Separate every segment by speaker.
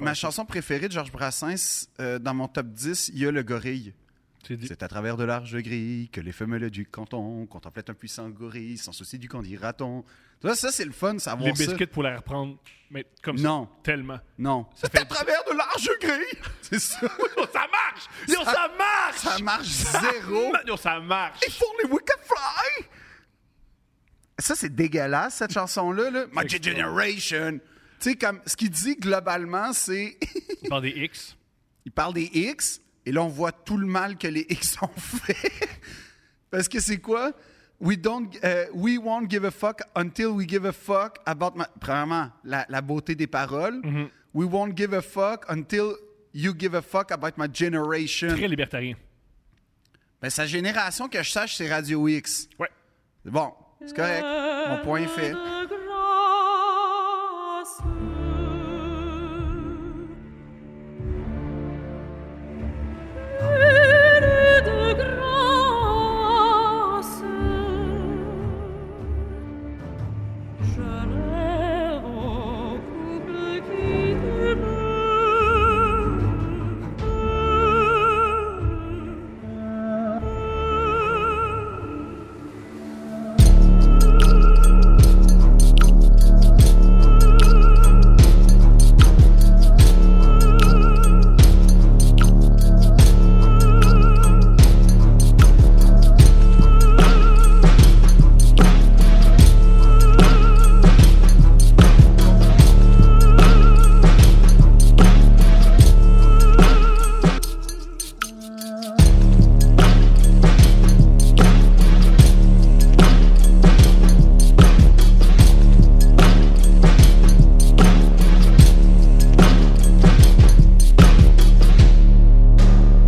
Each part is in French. Speaker 1: Ma chanson préférée de Georges Brassens, euh, dans mon top 10, il y a Le Gorille.
Speaker 2: C'est dit.
Speaker 1: C'est à travers de larges grilles que les femelles du canton contemplaient un puissant gorille sans souci du qu'en dira-t-on. Tu vois, Ça, c'est le fun, savoir
Speaker 2: Les
Speaker 1: ça.
Speaker 2: biscuits pour la reprendre, mais comme
Speaker 1: Non.
Speaker 2: ça, tellement.
Speaker 1: Non.
Speaker 2: Ça
Speaker 1: C'est
Speaker 2: fait-
Speaker 1: à travers de larges grilles. C'est ça.
Speaker 2: Yo, ça marche! Yo, ça, marche! Ah,
Speaker 1: Ça marche zéro.
Speaker 2: Yo, ça marche!
Speaker 1: If only we could fly. Ça, c'est dégueulasse, cette chanson-là. Là. My
Speaker 2: C'est
Speaker 1: generation. Tu sais, comme, ce qu'il dit globalement, c'est.
Speaker 2: Dans des X.
Speaker 1: Il parle des X, et là, on voit tout le mal que les X ont fait. Parce que c'est quoi? We, don't, euh, we won't give a fuck until we give a fuck about... My... Premièrement, la, la beauté des paroles.
Speaker 2: Mhm.
Speaker 1: We won't give a fuck until you give a fuck about my generation.
Speaker 2: Très libertarien.
Speaker 1: Ben, sa génération, que je sache, c'est Radio X.
Speaker 2: Ouais.
Speaker 1: C'est Bon, c'est correct. Mon point est fait.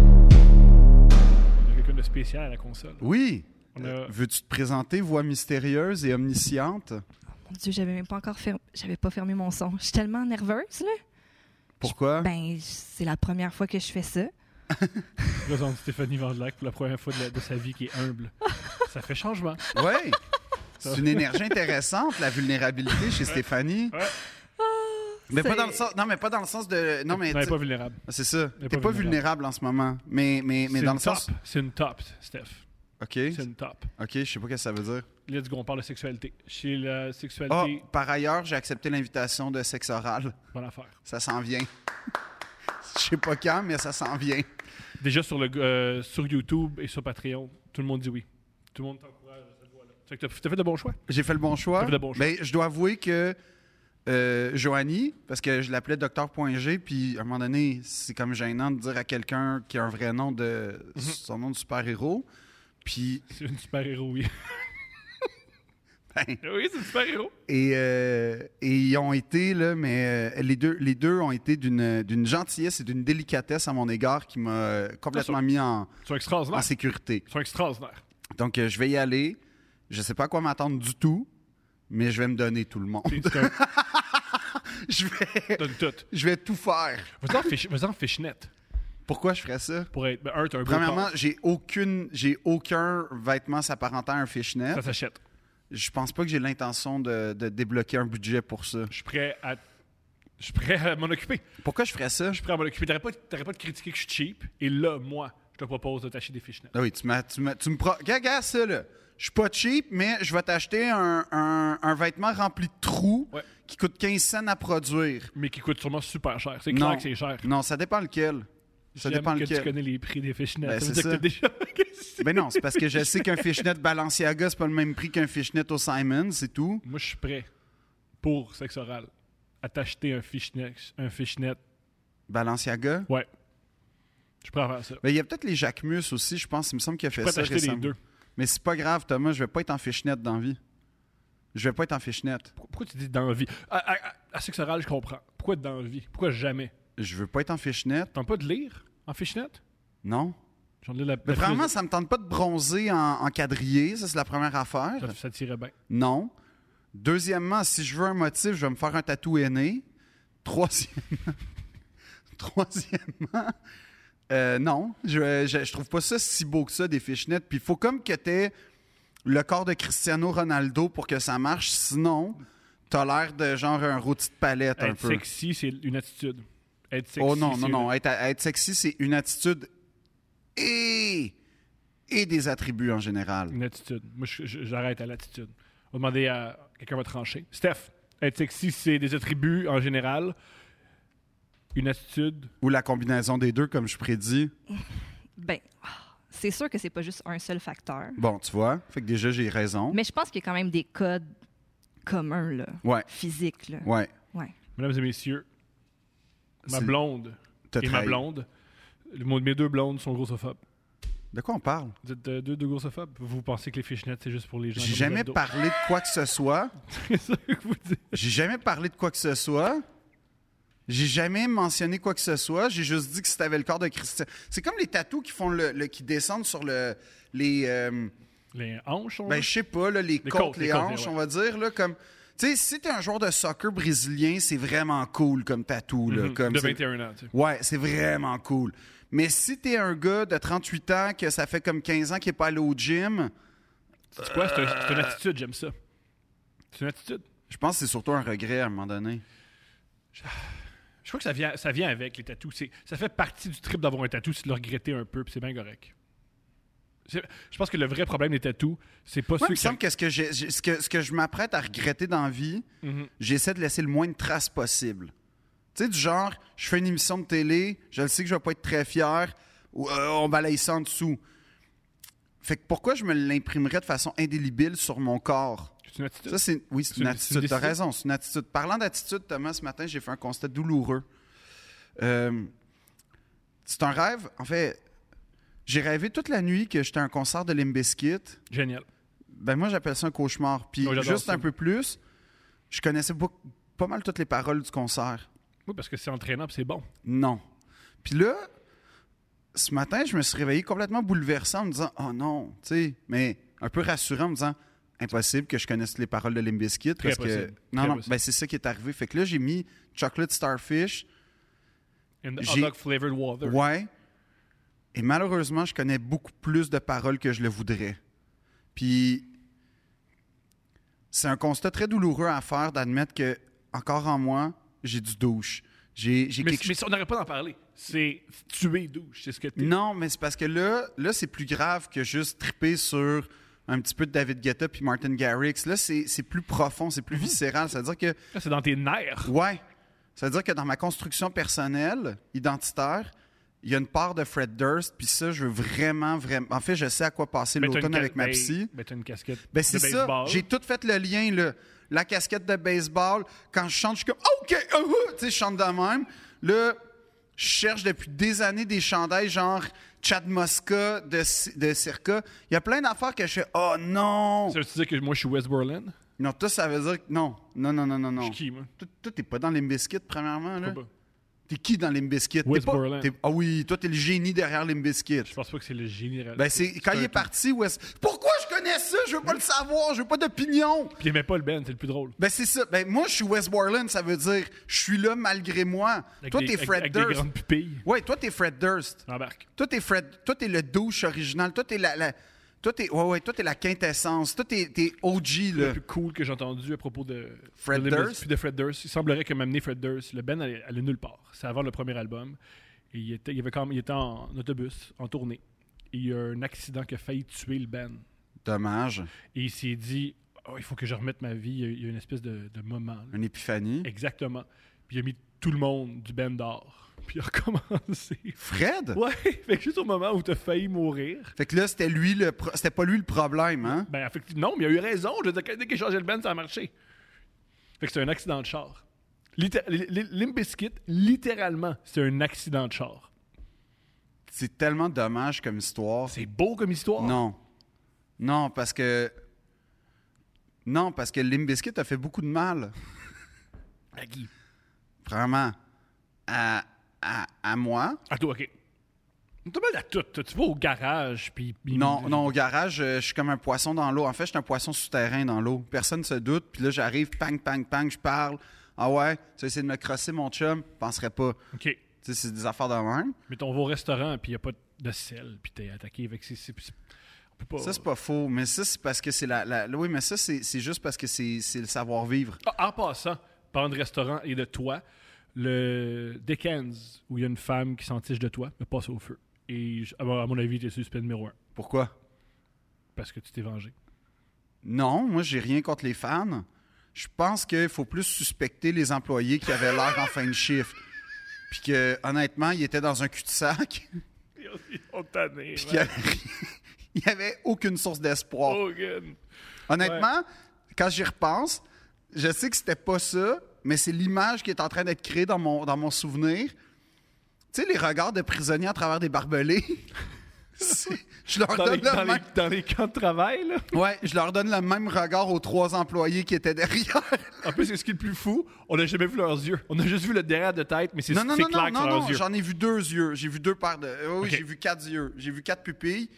Speaker 2: On a quelqu'un de spécial à la console.
Speaker 1: Oui.
Speaker 2: On a-
Speaker 1: Euh, Veux-tu te présenter, voix mystérieuse et omnisciente?
Speaker 3: Mon Dieu, j'avais même pas encore fermé, j'avais pas fermé mon son. Je suis tellement nerveuse, là.
Speaker 1: Pourquoi?
Speaker 3: Ben, c'est la première fois que je fais ça.
Speaker 2: Présente Stéphanie Vandelac pour la première fois de, la- de sa vie qui est humble. ça fait changement.
Speaker 1: Oui. C'est une énergie intéressante, la vulnérabilité chez Stéphanie.
Speaker 2: Ouais.
Speaker 1: Mais pas
Speaker 3: C'est-
Speaker 1: dans le sens, non, mais pas dans le sens de. Non, mais.
Speaker 2: Elle n'est
Speaker 1: tu-
Speaker 2: pas vulnérable.
Speaker 1: C'est ça.
Speaker 2: Elle est
Speaker 1: T'es pas,
Speaker 2: pas vulnérable.
Speaker 1: vulnérable en ce moment. Mais, mais, mais
Speaker 2: C'est
Speaker 1: dans
Speaker 2: une
Speaker 1: le
Speaker 2: top.
Speaker 1: sens.
Speaker 2: C'est une top, Steph.
Speaker 1: OK.
Speaker 2: C'est une top.
Speaker 1: OK, je sais pas ce que ça veut dire.
Speaker 2: Let's go, on parle de sexualité. Chez la
Speaker 1: Ah,
Speaker 2: sexualité,
Speaker 1: par ailleurs, j'ai accepté l'invitation de sexe oral.
Speaker 2: bonne affaire.
Speaker 1: Ça s'en vient. Je sais pas quand, mais ça s'en vient.
Speaker 2: Déjà sur, le, euh, sur YouTube et sur Patreon, tout le monde dit oui. Tout le monde t'encourage à cette voie-là. Fait que t'as t'as fait de bons choix.
Speaker 1: J'ai fait le bon choix.
Speaker 2: T'as fait le bon choix.
Speaker 1: Mais je dois avouer que euh, Joanie, parce que je l'appelais Docteur.g, puis à un moment donné, c'est comme gênant de dire à quelqu'un qui a un vrai nom de
Speaker 2: Mm-hmm.
Speaker 1: son nom de super-héros. Puis,
Speaker 2: C'est une super-héros, oui.
Speaker 1: ben,
Speaker 2: oui, c'est une super-héros.
Speaker 1: et, euh, et ils ont été, là, mais euh, les, deux, les deux ont été d'une d'une gentillesse et d'une délicatesse à mon égard qui m'a euh, complètement mis en,
Speaker 2: Ils sont
Speaker 1: en
Speaker 2: extraordinaires.
Speaker 1: sécurité.
Speaker 2: Ils sont extraordinaires.
Speaker 1: Donc, euh, je vais y aller. Je sais pas à quoi m'attendre du tout, mais je vais me donner tout le monde.
Speaker 2: T'es- t'es un-
Speaker 1: Je vais,
Speaker 2: T'as le tout.
Speaker 1: je vais tout faire.
Speaker 2: Vas-en fish- Vas-en fishnet.
Speaker 1: Pourquoi je ferais ça?
Speaker 2: Pour être. ben, un, t'as un beau
Speaker 1: Premièrement,
Speaker 2: corps.
Speaker 1: j'ai aucune, j'ai aucun vêtement s'apparentant à un fishnet.
Speaker 2: Ça s'achète.
Speaker 1: Je pense pas que j'ai l'intention de, de débloquer un budget pour ça.
Speaker 2: Je suis prêt à. Je suis prêt à m'en occuper.
Speaker 1: Pourquoi je ferais ça?
Speaker 2: Je suis prêt à m'en occuper. T'arrêtes pas, t'arrêtes pas de critiquer que je suis cheap. Et là, moi, je te propose de t'acheter des fishnets.
Speaker 1: Ah oui, tu m'as, tu m'as- tu me pro- Regarde, regarde ça là. Je suis pas cheap, mais je vais t'acheter un, un- un vêtement rempli de trous
Speaker 2: Ouais.
Speaker 1: qui coûte 15 cents à produire.
Speaker 2: Mais qui coûtent sûrement super cher. C'est clair que c'est cher.
Speaker 1: Non, ça dépend lequel. Ça
Speaker 2: J'aime
Speaker 1: dépend
Speaker 2: que tu
Speaker 1: lequel.
Speaker 2: connais les prix des fishnets.
Speaker 1: Ben,
Speaker 2: ça veut
Speaker 1: c'est
Speaker 2: dire que t'as déjà.
Speaker 1: Ben non, c'est parce que je sais qu'un fishnet Balenciaga, c'est pas le même prix qu'un fishnet au Simon, c'est tout.
Speaker 2: Moi, je suis prêt pour sexe oral à t'acheter un fishnet. Un fishnet.
Speaker 1: Balenciaga.
Speaker 2: Ouais. Je suis prêt à faire ça.
Speaker 1: Ben, il y a peut-être les Jacquemus aussi, je pense. Il me semble qu'il a
Speaker 2: Je
Speaker 1: fait
Speaker 2: suis prêt
Speaker 1: ça
Speaker 2: à t'acheter les
Speaker 1: récemment.
Speaker 2: deux.
Speaker 1: Mais c'est pas grave, Thomas, je vais pas être en fichenette dans la vie. Je vais pas être en fichenette.
Speaker 2: Pourquoi pourquoi tu dis dans la vie À, à- à- à sexe oral, je comprends. Pourquoi dans la vie Pourquoi jamais
Speaker 1: Je veux pas être en fichenette,
Speaker 2: T'entends pas de lire en fishnet
Speaker 1: non.
Speaker 2: J'en ai la.
Speaker 1: Mais
Speaker 2: la
Speaker 1: vraiment, ça me tente pas de bronzer en, en quadrillé, ça c'est la première affaire.
Speaker 2: Ça, ça tirait bien.
Speaker 1: Non. Deuxièmement, si je veux un motif, je vais me faire un tatou aîné. Troisièmement, troisièmement, euh, non, je, je, je trouve pas ça si beau que ça des fichenettes. Puis il faut comme que t'aies le corps de Cristiano Ronaldo pour que ça marche, sinon t'as l'air de genre un rôti de palette un
Speaker 2: Être
Speaker 1: peu.
Speaker 2: sexy, c'est une attitude. Être sexy.
Speaker 1: Oh non,
Speaker 2: c'est
Speaker 1: non,
Speaker 2: une-
Speaker 1: non. Être, être sexy, c'est une attitude et, et des attributs en général.
Speaker 2: Une attitude. Moi, je- je- j'arrête à l'attitude. On va demander à. Quelqu'un va trancher. Steph, être sexy, c'est des attributs en général. Une attitude.
Speaker 1: Ou la combinaison des deux, comme je prédis.
Speaker 3: Ben, ah, c'est sûr que c'est pas juste un seul facteur.
Speaker 1: Bon, tu vois. Fait que déjà, j'ai raison.
Speaker 3: Mais je pense qu'il y a quand même des codes communs, là.
Speaker 1: Ouais,
Speaker 3: Physiques, là.
Speaker 1: ouais.
Speaker 3: Ouais.
Speaker 2: Mesdames et messieurs, ma
Speaker 1: C'est-
Speaker 2: blonde
Speaker 1: T'as
Speaker 2: et ma
Speaker 1: trahi.
Speaker 2: blonde, le- mon- mes deux blondes sont grossophobes.
Speaker 1: De quoi on parle?
Speaker 2: Vous êtes euh, deux, deux grossophobes? Vous pensez que les fichenettes, c'est juste pour les gens?
Speaker 1: J'ai
Speaker 2: comme
Speaker 1: jamais
Speaker 2: Jadot.
Speaker 1: parlé de quoi que ce soit.
Speaker 2: C'est ça que vous dites.
Speaker 1: J'ai jamais parlé de quoi que ce soit. J'ai jamais mentionné quoi que ce soit. J'ai juste dit que si t'avais le corps de Christian. C'est comme les tatous qui font le, le- qui descendent sur le les euh,
Speaker 2: Les hanches, hein? on
Speaker 1: ben je sais pas là, les, côtes,
Speaker 2: côtes,
Speaker 1: les,
Speaker 2: les côtes,
Speaker 1: hanches,
Speaker 2: ouais.
Speaker 1: on va dire là comme tu sais si t'es un joueur de soccer brésilien, c'est vraiment cool comme tatou là,
Speaker 2: Mhm.
Speaker 1: comme
Speaker 2: de
Speaker 1: c'est-
Speaker 2: 21 ans, tu sais.
Speaker 1: Ouais, c'est vraiment cool. Mais si t'es un gars de 38 ans que ça fait comme 15 ans qu'il est pas allé au gym,
Speaker 2: C'est quoi? C'est un- c'est
Speaker 1: Euh,
Speaker 2: une attitude, j'aime ça. C'est une attitude.
Speaker 1: je pense que c'est surtout un regret à un moment donné.
Speaker 2: Je crois que ça vient, ça vient avec les tatous. C'est- Ça fait partie du trip d'avoir un tatou, c'est de le regretter un peu, puis c'est bien correct. C'est- Je pense que le vrai problème des tatous, c'est pas
Speaker 1: Moi, il
Speaker 2: ceux
Speaker 1: me
Speaker 2: qui.
Speaker 1: semble que ce que, j'ai- j'ai- ce que, ce que je m'apprête à regretter dans la vie,
Speaker 2: Mhm.
Speaker 1: j'essaie de laisser le moins de traces possible. Tu sais, du genre, je fais une émission de télé, je le sais que je vais pas être très fier, ou, euh, on balaye ça en dessous. Fait que pourquoi je me l'imprimerais de façon indélébile sur mon corps?
Speaker 2: C'est une attitude.
Speaker 1: Ça, c'est, oui, c'est
Speaker 2: C'est
Speaker 1: une
Speaker 2: une- c'est
Speaker 1: attitude.
Speaker 2: une
Speaker 1: T'as
Speaker 2: décision.
Speaker 1: raison, c'est une attitude. Parlant d'attitude, Thomas, ce matin, j'ai fait un constat douloureux. Euh, c'est un rêve. En fait, j'ai rêvé toute la nuit que j'étais à un concert de Limbiskit.
Speaker 2: Génial.
Speaker 1: Ben moi j'appelle ça un cauchemar. Puis
Speaker 2: Oh, j'adore
Speaker 1: juste
Speaker 2: ça.
Speaker 1: un peu plus, je connaissais beaucoup- pas mal toutes les paroles du concert.
Speaker 2: Oui, parce que c'est entraînant, puis c'est bon.
Speaker 1: Non. Puis là, ce matin, je me suis réveillé complètement bouleversé en me disant Oh non, tu sais, mais un peu rassurant en me disant Impossible que je connaisse les paroles de Limbiskit.
Speaker 2: Très
Speaker 1: Parce que...
Speaker 2: possible.
Speaker 1: Non,
Speaker 2: Très
Speaker 1: non,
Speaker 2: possible.
Speaker 1: ben c'est ça qui est arrivé. Fait que là, j'ai mis Chocolate Starfish.
Speaker 2: And the hot
Speaker 1: J'ai-
Speaker 2: dog flavored water.
Speaker 1: Ouais. Et malheureusement, je connais beaucoup plus de paroles que je le voudrais. Puis c'est un constat très douloureux à faire d'admettre que encore en moi, j'ai du douche. J'ai j'ai
Speaker 2: Mais,
Speaker 1: quelque
Speaker 2: mais ça, on n'aurait pas d'en parler. C'est tuer douche, c'est ce que t'es.
Speaker 1: Non, mais c'est parce que là, là c'est plus grave que juste triper sur un petit peu de David Guetta puis Martin Garrix. Là, c'est c'est plus profond, c'est plus viscéral. C'est-à-dire que
Speaker 2: Là, C'est dans tes nerfs.
Speaker 1: Ouais. Ça veut dire que dans ma construction personnelle, identitaire, il y a une part de Fred Durst, puis ça, je veux vraiment, vraiment. En fait, je sais à quoi passer
Speaker 2: Ben, t'as une
Speaker 1: l'automne
Speaker 2: ca-
Speaker 1: avec ma
Speaker 2: ben,
Speaker 1: psy.
Speaker 2: Ben, t'as une casquette.
Speaker 1: Ben, c'est
Speaker 2: de
Speaker 1: ça.
Speaker 2: baseball.
Speaker 1: J'ai tout fait le lien, là. La casquette de baseball, quand je chante, je suis comme OK, uh, uh tu sais, je chante de même. Là, je cherche depuis des années des chandails genre Chad Mosca de, Ci- de Circa. Il y a plein d'affaires que je fais Oh non!
Speaker 2: Ça veut dire que moi, je suis West Berlin?
Speaker 1: Non, toi, ça veut dire que non. Non, non, non, non,
Speaker 2: Je
Speaker 1: non.
Speaker 2: suis qui, moi?
Speaker 1: Toi, toi, t'es pas dans les biscuits, premièrement. Là.
Speaker 2: Je sais pas.
Speaker 1: T'es qui dans Limbiskit?
Speaker 2: Wes
Speaker 1: T'es pas-
Speaker 2: Borland.
Speaker 1: t'es- Ah oui, toi, t'es le génie derrière
Speaker 2: Je
Speaker 1: Limbiskit.
Speaker 2: pense pas que c'est le général.
Speaker 1: Ben, c'est quand il est parti, Wes. Pourquoi je connais ça? Je veux pas le savoir, je veux pas d'opinion.
Speaker 2: Puis il aimait pas le Ben, c'est le plus drôle.
Speaker 1: Ben, c'est ça. Ben, moi, je suis Wes Borland, ça veut dire je suis là malgré moi.
Speaker 2: Avec
Speaker 1: toi,
Speaker 2: des-
Speaker 1: t'es
Speaker 2: avec-
Speaker 1: Fred
Speaker 2: avec des
Speaker 1: Durst.
Speaker 2: grandes pupilles.
Speaker 1: Ouais, toi, t'es Fred Durst.
Speaker 2: J'embarque.
Speaker 1: Toi, t'es Fred. Toi, t'es le douche original. Toi, t'es la. la... Toi, t'es. Ouais, ouais, toi, t'es la quintessence. Toi, t'es t'es OG,
Speaker 2: Le
Speaker 1: là.
Speaker 2: plus cool que j'ai entendu à propos de
Speaker 1: Fred
Speaker 2: de Limp Bizkit,
Speaker 1: Durst?
Speaker 2: puis de Fred Durst. Il semblerait que m'amener Fred Durst, le Ben allait, allait nulle part. C'est avant le premier album. Et il était, il avait quand même- il était en autobus, en tournée. Et il y a un accident qui a failli tuer le Ben.
Speaker 1: Dommage.
Speaker 2: Et il s'est dit Oh, il faut que je remette ma vie. Il y a- Il y a une espèce de, de moment. là.
Speaker 1: Une épiphanie.
Speaker 2: Exactement. Puis il a mis tout le monde du Ben d'or. Puis il a recommencé.
Speaker 1: Fred?
Speaker 2: Ouais, fait que juste au moment où t'as failli mourir.
Speaker 1: Fait que là, c'était lui le. pro- C'était pas lui le problème, hein?
Speaker 2: Ben, effectivement, non, mais il a eu raison. Je veux dire, dès qu'il a changé le Ben, ça a marché. Fait que c'est un accident de char. Litté- li- li- Limp Bizkit, littéralement, c'est un accident de char.
Speaker 1: C'est tellement dommage comme histoire.
Speaker 2: C'est beau comme histoire.
Speaker 1: Non. Non, parce que. Non, parce que Limbiskit a fait beaucoup de mal,
Speaker 2: À qui
Speaker 1: vraiment, à, à, à moi.
Speaker 2: À Ah, toi, ok. T'as mal à tout. Tu vas au garage, puis. puis-
Speaker 1: Non, non, au garage, euh, je suis comme un poisson dans l'eau. En fait, je suis un poisson souterrain dans l'eau. Personne ne se doute. Puis là, j'arrive, pang, pang, pang, je parle. Ah ouais, tu as essayé de me crosser, mon chum? Penserais pas.
Speaker 2: Ok.
Speaker 1: Tu sais, c'est des affaires de même.
Speaker 2: Mais on va au restaurant, puis il n'y a pas de sel, puis t'es attaqué avec ses. ses- ses- On peut pas.
Speaker 1: Ça, c'est pas faux. Mais ça, c'est parce que c'est la, la- Oui, mais ça, c'est c'est juste parce que c'est c'est le savoir-vivre.
Speaker 2: Ah, En passant, parlant de restaurant et de toi, le Dickens, où il y a une femme qui s'entiche de toi, me passe au feu. Et je- à mon à mon avis, tu es suspect numéro un,
Speaker 1: Pourquoi?
Speaker 2: parce que tu t'es vengé.
Speaker 1: Non, moi, j'ai rien contre les fans. Je pense qu'il faut plus suspecter les employés qui avaient l'air en fin de shift. Puis que, honnêtement, ils étaient dans un cul-de-sac.
Speaker 2: Ils ont tanné.
Speaker 1: Puis qu'il y avait- il n'y avait aucune source d'espoir.
Speaker 2: Oh, Hogan.
Speaker 1: Honnêtement, quand j'y repense, je sais que c'était pas ça, mais c'est l'image qui est en train d'être créée dans mon, dans mon souvenir. Tu sais, les regards de prisonniers à travers des barbelés. C'est- je, leur
Speaker 2: Dans, les,
Speaker 1: donne
Speaker 2: dans
Speaker 1: le
Speaker 2: les-
Speaker 1: même,
Speaker 2: dans les camps de travail, là.
Speaker 1: ouais, je leur donne le même regard aux trois employés qui étaient derrière.
Speaker 2: En plus, c'est ce qui est le plus fou, on n'a jamais vu leurs yeux. On a juste vu le derrière de tête, mais c'est
Speaker 1: Non, non,
Speaker 2: c'est
Speaker 1: non,
Speaker 2: clair
Speaker 1: non,
Speaker 2: que c'est
Speaker 1: non,
Speaker 2: leurs
Speaker 1: non,
Speaker 2: yeux.
Speaker 1: j'en ai vu deux yeux. J'ai vu deux paires de. euh, oui,
Speaker 2: Ok.
Speaker 1: j'ai vu quatre yeux. J'ai vu quatre pupilles.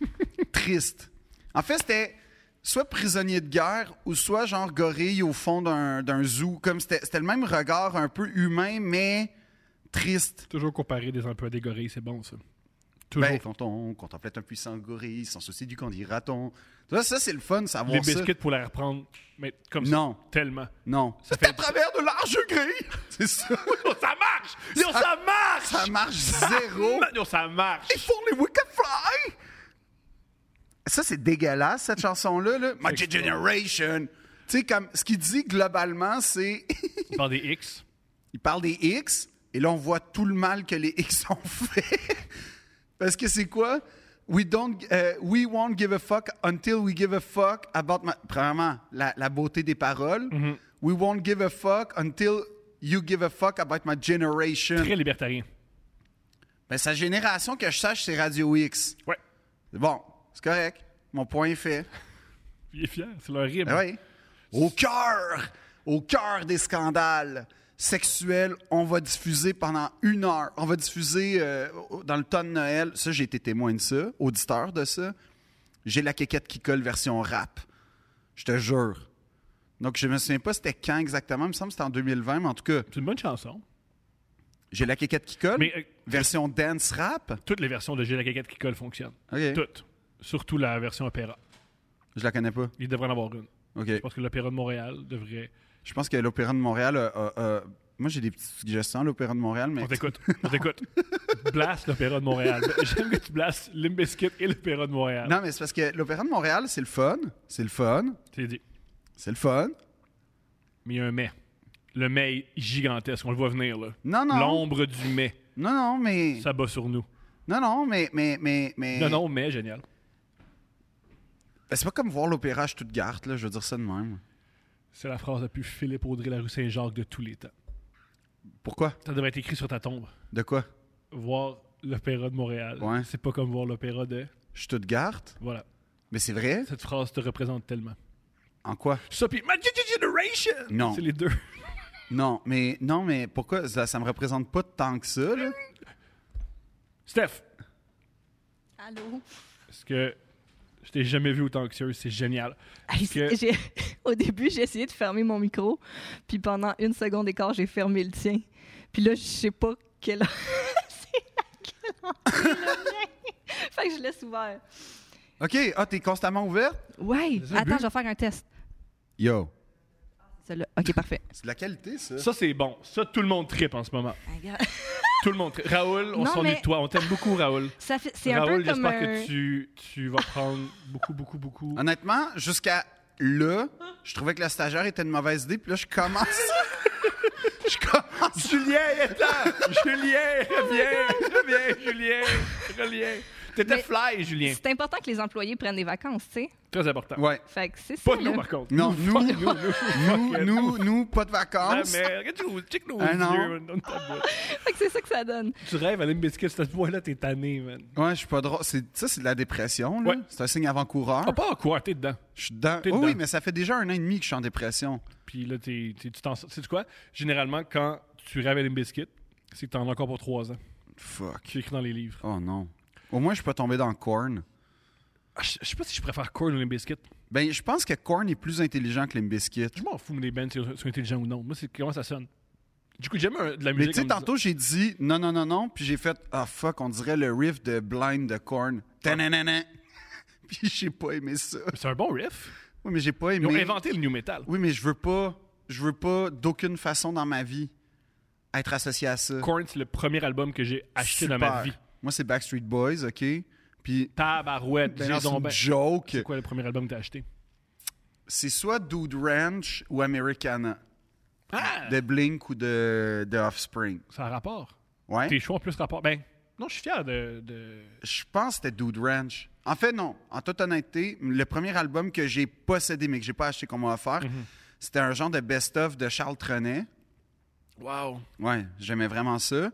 Speaker 1: Triste. En fait, c'était soit prisonnier de guerre ou soit genre gorille au fond d'un d'un zoo. Comme c'était c'était le même regard un peu humain, mais triste.
Speaker 2: Toujours comparer des emplois dégorés, c'est bon, ça. Toujours.
Speaker 1: Ben, quand on contemplait un puissant gorille, sans souci du qu'on dira-t-on. Ça, ça, c'est le fun, savoir
Speaker 2: les
Speaker 1: ça.
Speaker 2: biscuits pour la reprendre, mais comme ça.
Speaker 1: Non.
Speaker 2: Tellement.
Speaker 1: Non.
Speaker 2: Ça
Speaker 1: C'est
Speaker 2: fait-
Speaker 1: à travers de larges grilles. C'est ça.
Speaker 2: Oh, ça marche! Yo, ça, marche!
Speaker 1: Ça marche zéro.
Speaker 2: Ma- Yo, Ah, ça marche!
Speaker 1: Ils font les Wicked Fly! Ça, c'est dégueulasse, cette chanson-là. Là. My
Speaker 2: C'est
Speaker 1: Generation! Tu sais, comme, ce qu'il dit globalement, c'est.
Speaker 2: Il parle des X.
Speaker 1: Il parle des X, et là, on voit tout le mal que les X ont fait. Parce que c'est quoi? We, don't, euh, we won't give a fuck until we give a fuck about. ma- Premièrement, la, la beauté des paroles. We won't give a fuck until you give a fuck about my generation.
Speaker 2: Très libertarien.
Speaker 1: Ben, sa génération, que je sache, c'est Radio X.
Speaker 2: Ouais.
Speaker 1: Bon, c'est correct. Mon point est fait.
Speaker 2: Il est fier, c'est leur rime.
Speaker 1: Ben oui. Au cœur, au cœur des scandales sexuels, on va diffuser pendant une heure. On va diffuser euh, dans le temps de Noël. Ça, j'ai été témoin de ça, auditeur de ça. J'ai la quéquette qui colle version rap. Je te jure. Donc, je me souviens pas c'était quand exactement. Il me semble que c'était en 2020, mais en tout cas,
Speaker 2: C'est une bonne chanson.
Speaker 1: j'ai la quéquette qui colle.
Speaker 2: Mais euh,
Speaker 1: version dance rap.
Speaker 2: toutes les versions de J'ai la caquette qui colle fonctionnent.
Speaker 1: Ah, OK.
Speaker 2: Toutes. Surtout la version opéra.
Speaker 1: Je la connais pas.
Speaker 2: Il devrait en avoir une.
Speaker 1: OK.
Speaker 2: Je pense que l'opéra de Montréal devrait.
Speaker 1: Je pense que l'Opéra de Montréal a- a- a- Moi, j'ai des petites suggestions à l'Opéra de Montréal, mais...
Speaker 2: On t'écoute. On t'écoute. Blast l'opéra de Montréal. J'aime que tu blastes Limbiskit et l'opéra de Montréal.
Speaker 1: Non, mais c'est parce que l'Opéra de Montréal, c'est le fun. C'est le fun.
Speaker 2: C'est dit.
Speaker 1: C'est le fun.
Speaker 2: Mais il y a un mais. Le mais est gigantesque. On le voit venir, là.
Speaker 1: Non, non.
Speaker 2: L'ombre du mais.
Speaker 1: Non, non, mais...
Speaker 2: Ça bat sur nous.
Speaker 1: Non, non, mais... mais, mais, mais...
Speaker 2: Non, non, mais génial.
Speaker 1: Ben, c'est pas comme voir l'Opéra à Stuttgart, là. Je veux dire ça de même.
Speaker 2: C'est la phrase la plus Philippe Audrey la rue Saint-Jacques de tous les temps.
Speaker 1: Pourquoi?
Speaker 2: Ça devrait être écrit sur ta tombe.
Speaker 1: De quoi?
Speaker 2: Voir l'opéra de Montréal,
Speaker 1: Ouais.
Speaker 2: c'est pas comme voir l'opéra de.
Speaker 1: Stuttgart?
Speaker 2: Voilà.
Speaker 1: Mais c'est vrai?
Speaker 2: Cette phrase te représente tellement.
Speaker 1: En quoi?
Speaker 2: Ça, puis My Generation!
Speaker 1: Non.
Speaker 2: C'est les deux.
Speaker 1: Non, mais... Non, mais pourquoi? Ça, ça me représente pas tant que ça, là.
Speaker 2: Steph,
Speaker 3: Allô?
Speaker 2: parce que je t'ai jamais vu autant anxieuse, c'est génial.
Speaker 3: Hey, c'est-
Speaker 2: Que-
Speaker 3: j'ai- Au début, j'ai essayé de fermer mon micro, puis pendant une seconde et quart, j'ai fermé le tien. Puis là, je sais pas quelle c'est laquelle entrée le mien. Fait que je laisse ouvert.
Speaker 1: OK. Ah, t'es constamment ouverte?
Speaker 3: Ouais,
Speaker 2: C'est le
Speaker 3: attends,
Speaker 2: but.
Speaker 3: je vais faire un test.
Speaker 1: Yo.
Speaker 3: Celle-là. OK, parfait.
Speaker 1: C'est de la qualité, ça.
Speaker 2: Ça, c'est bon. Ça, tout le monde tripe en ce moment. Tout le monde tripe. Raoul, on
Speaker 3: Non,
Speaker 2: s'ennuie
Speaker 3: mais-
Speaker 2: de toi. On t'aime beaucoup, Raoul.
Speaker 3: Ça fait- c'est un peu
Speaker 2: Raoul,
Speaker 3: comme
Speaker 2: j'espère
Speaker 3: un...
Speaker 2: que tu, tu vas prendre beaucoup, beaucoup, beaucoup.
Speaker 1: Honnêtement, jusqu'à là, je trouvais que la stagiaire était une mauvaise idée, puis là, je commence. je commence.
Speaker 2: Julien, attends! Julien, reviens! Reviens, Julien! Reviens! T'étais
Speaker 3: Mais-
Speaker 2: fly, Julien.
Speaker 3: C'est important que les employés prennent des vacances, tu sais.
Speaker 2: Très important.
Speaker 1: Ouais.
Speaker 3: Fait que c'est
Speaker 2: Pas
Speaker 3: ça,
Speaker 2: nous,
Speaker 3: là.
Speaker 2: par contre.
Speaker 1: Non, nous,
Speaker 2: fuck
Speaker 1: nous, nous,
Speaker 2: Fuck
Speaker 1: nous, nous, pas de
Speaker 2: Ah,
Speaker 1: vacances.
Speaker 2: mais regarde, tu- check nos
Speaker 1: Ah, non.
Speaker 2: yeux, on t'a beau.
Speaker 3: Fait que c'est ça que ça donne.
Speaker 2: Tu rêves à Limbiskit, cette fois-là, t'es tanné, man.
Speaker 1: Ouais, je suis pas drôle. C'est- Ça, c'est de la dépression, là.
Speaker 2: Ouais.
Speaker 1: C'est un signe avant-coureur.
Speaker 2: Ah, pas quoi, t'es dedans.
Speaker 1: Je suis dedans.
Speaker 2: T'es
Speaker 1: Oh oui,
Speaker 2: dedans.
Speaker 1: mais ça fait déjà un an et demi que je suis en dépression.
Speaker 2: Puis là, t'es, t'es- tu t'en sors. Sais-tu quoi? Généralement, quand tu rêves à Limbiskit, c'est que t'en as encore pour trois ans.
Speaker 1: Fuck.
Speaker 2: C'est écrit dans les livres.
Speaker 1: Oh non. Au moins, je suis pas tombé dans Korn.
Speaker 2: Ah, je je sais pas si je préfère Korn ou Limbiskit.
Speaker 1: Ben, je pense que Korn est plus intelligent que Limbiskit.
Speaker 2: Je m'en fous, mais les bands sont, sont intelligents ou non. Moi, c'est comment ça sonne. Du coup, j'aime euh, de la
Speaker 1: Mais
Speaker 2: musique.
Speaker 1: tu sais,
Speaker 2: comme ça.
Speaker 1: tantôt, j'ai dit non, non, non, non, puis j'ai fait ah fuck, on dirait le riff de Blind de Korn. Tananana. puis j'ai pas aimé ça.
Speaker 2: C'est un bon riff.
Speaker 1: Oui, mais j'ai pas
Speaker 2: Ils ont
Speaker 1: aimé.
Speaker 2: inventé le new metal.
Speaker 1: Oui, mais je veux pas, je veux pas d'aucune façon dans ma vie être associé à ça.
Speaker 2: Korn, c'est le premier album que j'ai acheté dans ma
Speaker 1: Super.
Speaker 2: vie.
Speaker 1: Moi, c'est Backstreet Boys, OK? Puis,
Speaker 2: Tabarouette,
Speaker 1: ben
Speaker 2: j'ai
Speaker 1: non, c'est
Speaker 2: donc
Speaker 1: une
Speaker 2: ben-
Speaker 1: joke.
Speaker 2: C'est quoi le premier album que t'as acheté?
Speaker 1: C'est soit Dude Ranch ou Americana,
Speaker 2: Ah!
Speaker 1: de Blink ou de, de Offspring.
Speaker 2: Ça a rapport.
Speaker 1: Ouais?
Speaker 2: Tes choix ont plus rapport. Ben, non, je suis fier de... de-
Speaker 1: Je pense que c'était Dude Ranch. En fait, non. En toute honnêteté, le premier album que j'ai possédé, mais que j'ai pas acheté qu'on m'a offert,
Speaker 2: Mhm.
Speaker 1: c'était un genre de best-of de Charles Trenet.
Speaker 2: Wow!
Speaker 1: Ouais, j'aimais vraiment ça.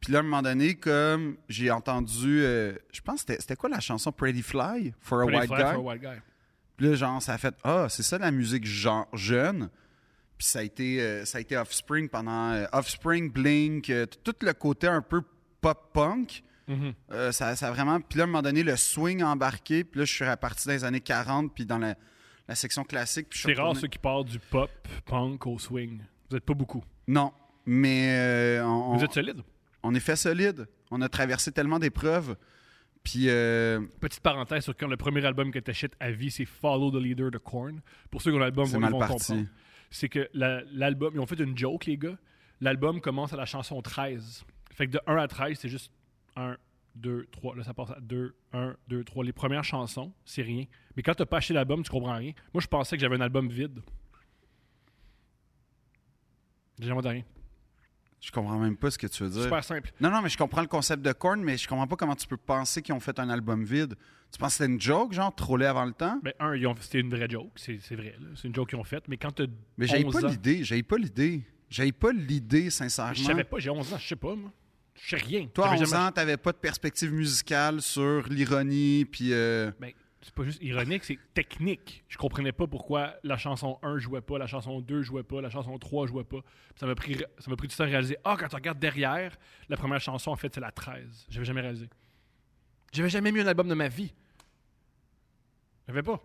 Speaker 1: Puis là, à un moment donné, comme j'ai entendu, euh, je pense que c'était- c'était quoi la chanson Pretty Fly for a
Speaker 2: Pour les
Speaker 1: White
Speaker 2: frères,
Speaker 1: Guy?
Speaker 2: for a White Guy.
Speaker 1: Puis là, genre, ça a fait Ah, c'est ça la musique genre jeune. Puis ça a été, euh, ça a été Offspring pendant euh, Offspring, Blink, euh, tout le côté un peu pop-punk.
Speaker 2: Mm-hmm.
Speaker 1: Euh, ça, ça a vraiment. Puis là, à un moment donné, le swing a embarqué. Puis là, je suis reparti dans les années 40, puis dans la, la section classique. Puis je suis
Speaker 2: C'est rare
Speaker 1: retourné-
Speaker 2: ceux qui partent du pop, punk au swing. Vous êtes pas beaucoup.
Speaker 1: Non, mais euh, on,
Speaker 2: Vous êtes solide.
Speaker 1: on est fait solide. On a traversé tellement d'épreuves. Puis euh,
Speaker 2: Petite parenthèse sur quand le premier album que t'achètes à vie, c'est Follow the Leader de Korn. Pour ceux qui ont l'album,
Speaker 1: C'est
Speaker 2: ils
Speaker 1: mal
Speaker 2: vont
Speaker 1: parti.
Speaker 2: comprendre. C'est que la- l'album, ils ont fait une joke, les gars. L'album commence à la chanson 13. Fait que de 1 à 13, c'est juste 1, 2, 3. Là, ça passe à 2, 1, 2, 3. Les premières chansons, c'est rien. Mais quand t'as pas acheté l'album, tu comprends rien. Moi, je pensais que j'avais un album vide. J'ai jamais de rien.
Speaker 1: je comprends même pas ce que tu veux dire.
Speaker 2: Super simple.
Speaker 1: Non, non, mais je comprends le concept de Korn, mais je comprends pas comment tu peux penser qu'ils ont fait un album vide. Tu penses que c'était une joke, genre, troller avant le temps?
Speaker 2: Ben, un, ils ont- c'était une vraie joke, c'est c'est vrai. là. C'est une joke qu'ils ont faite, mais quand t'as
Speaker 1: Mais j'avais
Speaker 2: 11
Speaker 1: pas
Speaker 2: ans-
Speaker 1: l'idée, j'avais pas l'idée. J'avais pas l'idée,
Speaker 2: Je
Speaker 1: sincèrement.
Speaker 2: savais pas, j'ai 11 ans, je sais pas, moi. Je sais rien.
Speaker 1: Toi, à
Speaker 2: J'avais
Speaker 1: 11
Speaker 2: jamais-
Speaker 1: ans, t'avais pas de perspective musicale sur l'ironie, puis... euh,
Speaker 2: Ben, c'est pas juste ironique, c'est technique. Je comprenais pas pourquoi la chanson 1 jouait pas, la chanson 2 jouait pas, la chanson 3 jouait pas. Puis Ça m'a pris, ça m'a pris du temps à réaliser. Ah, quand tu regardes derrière, la première chanson, en fait, c'est la 13. J'avais jamais réalisé. J'avais jamais mis un album de ma vie. J'avais pas.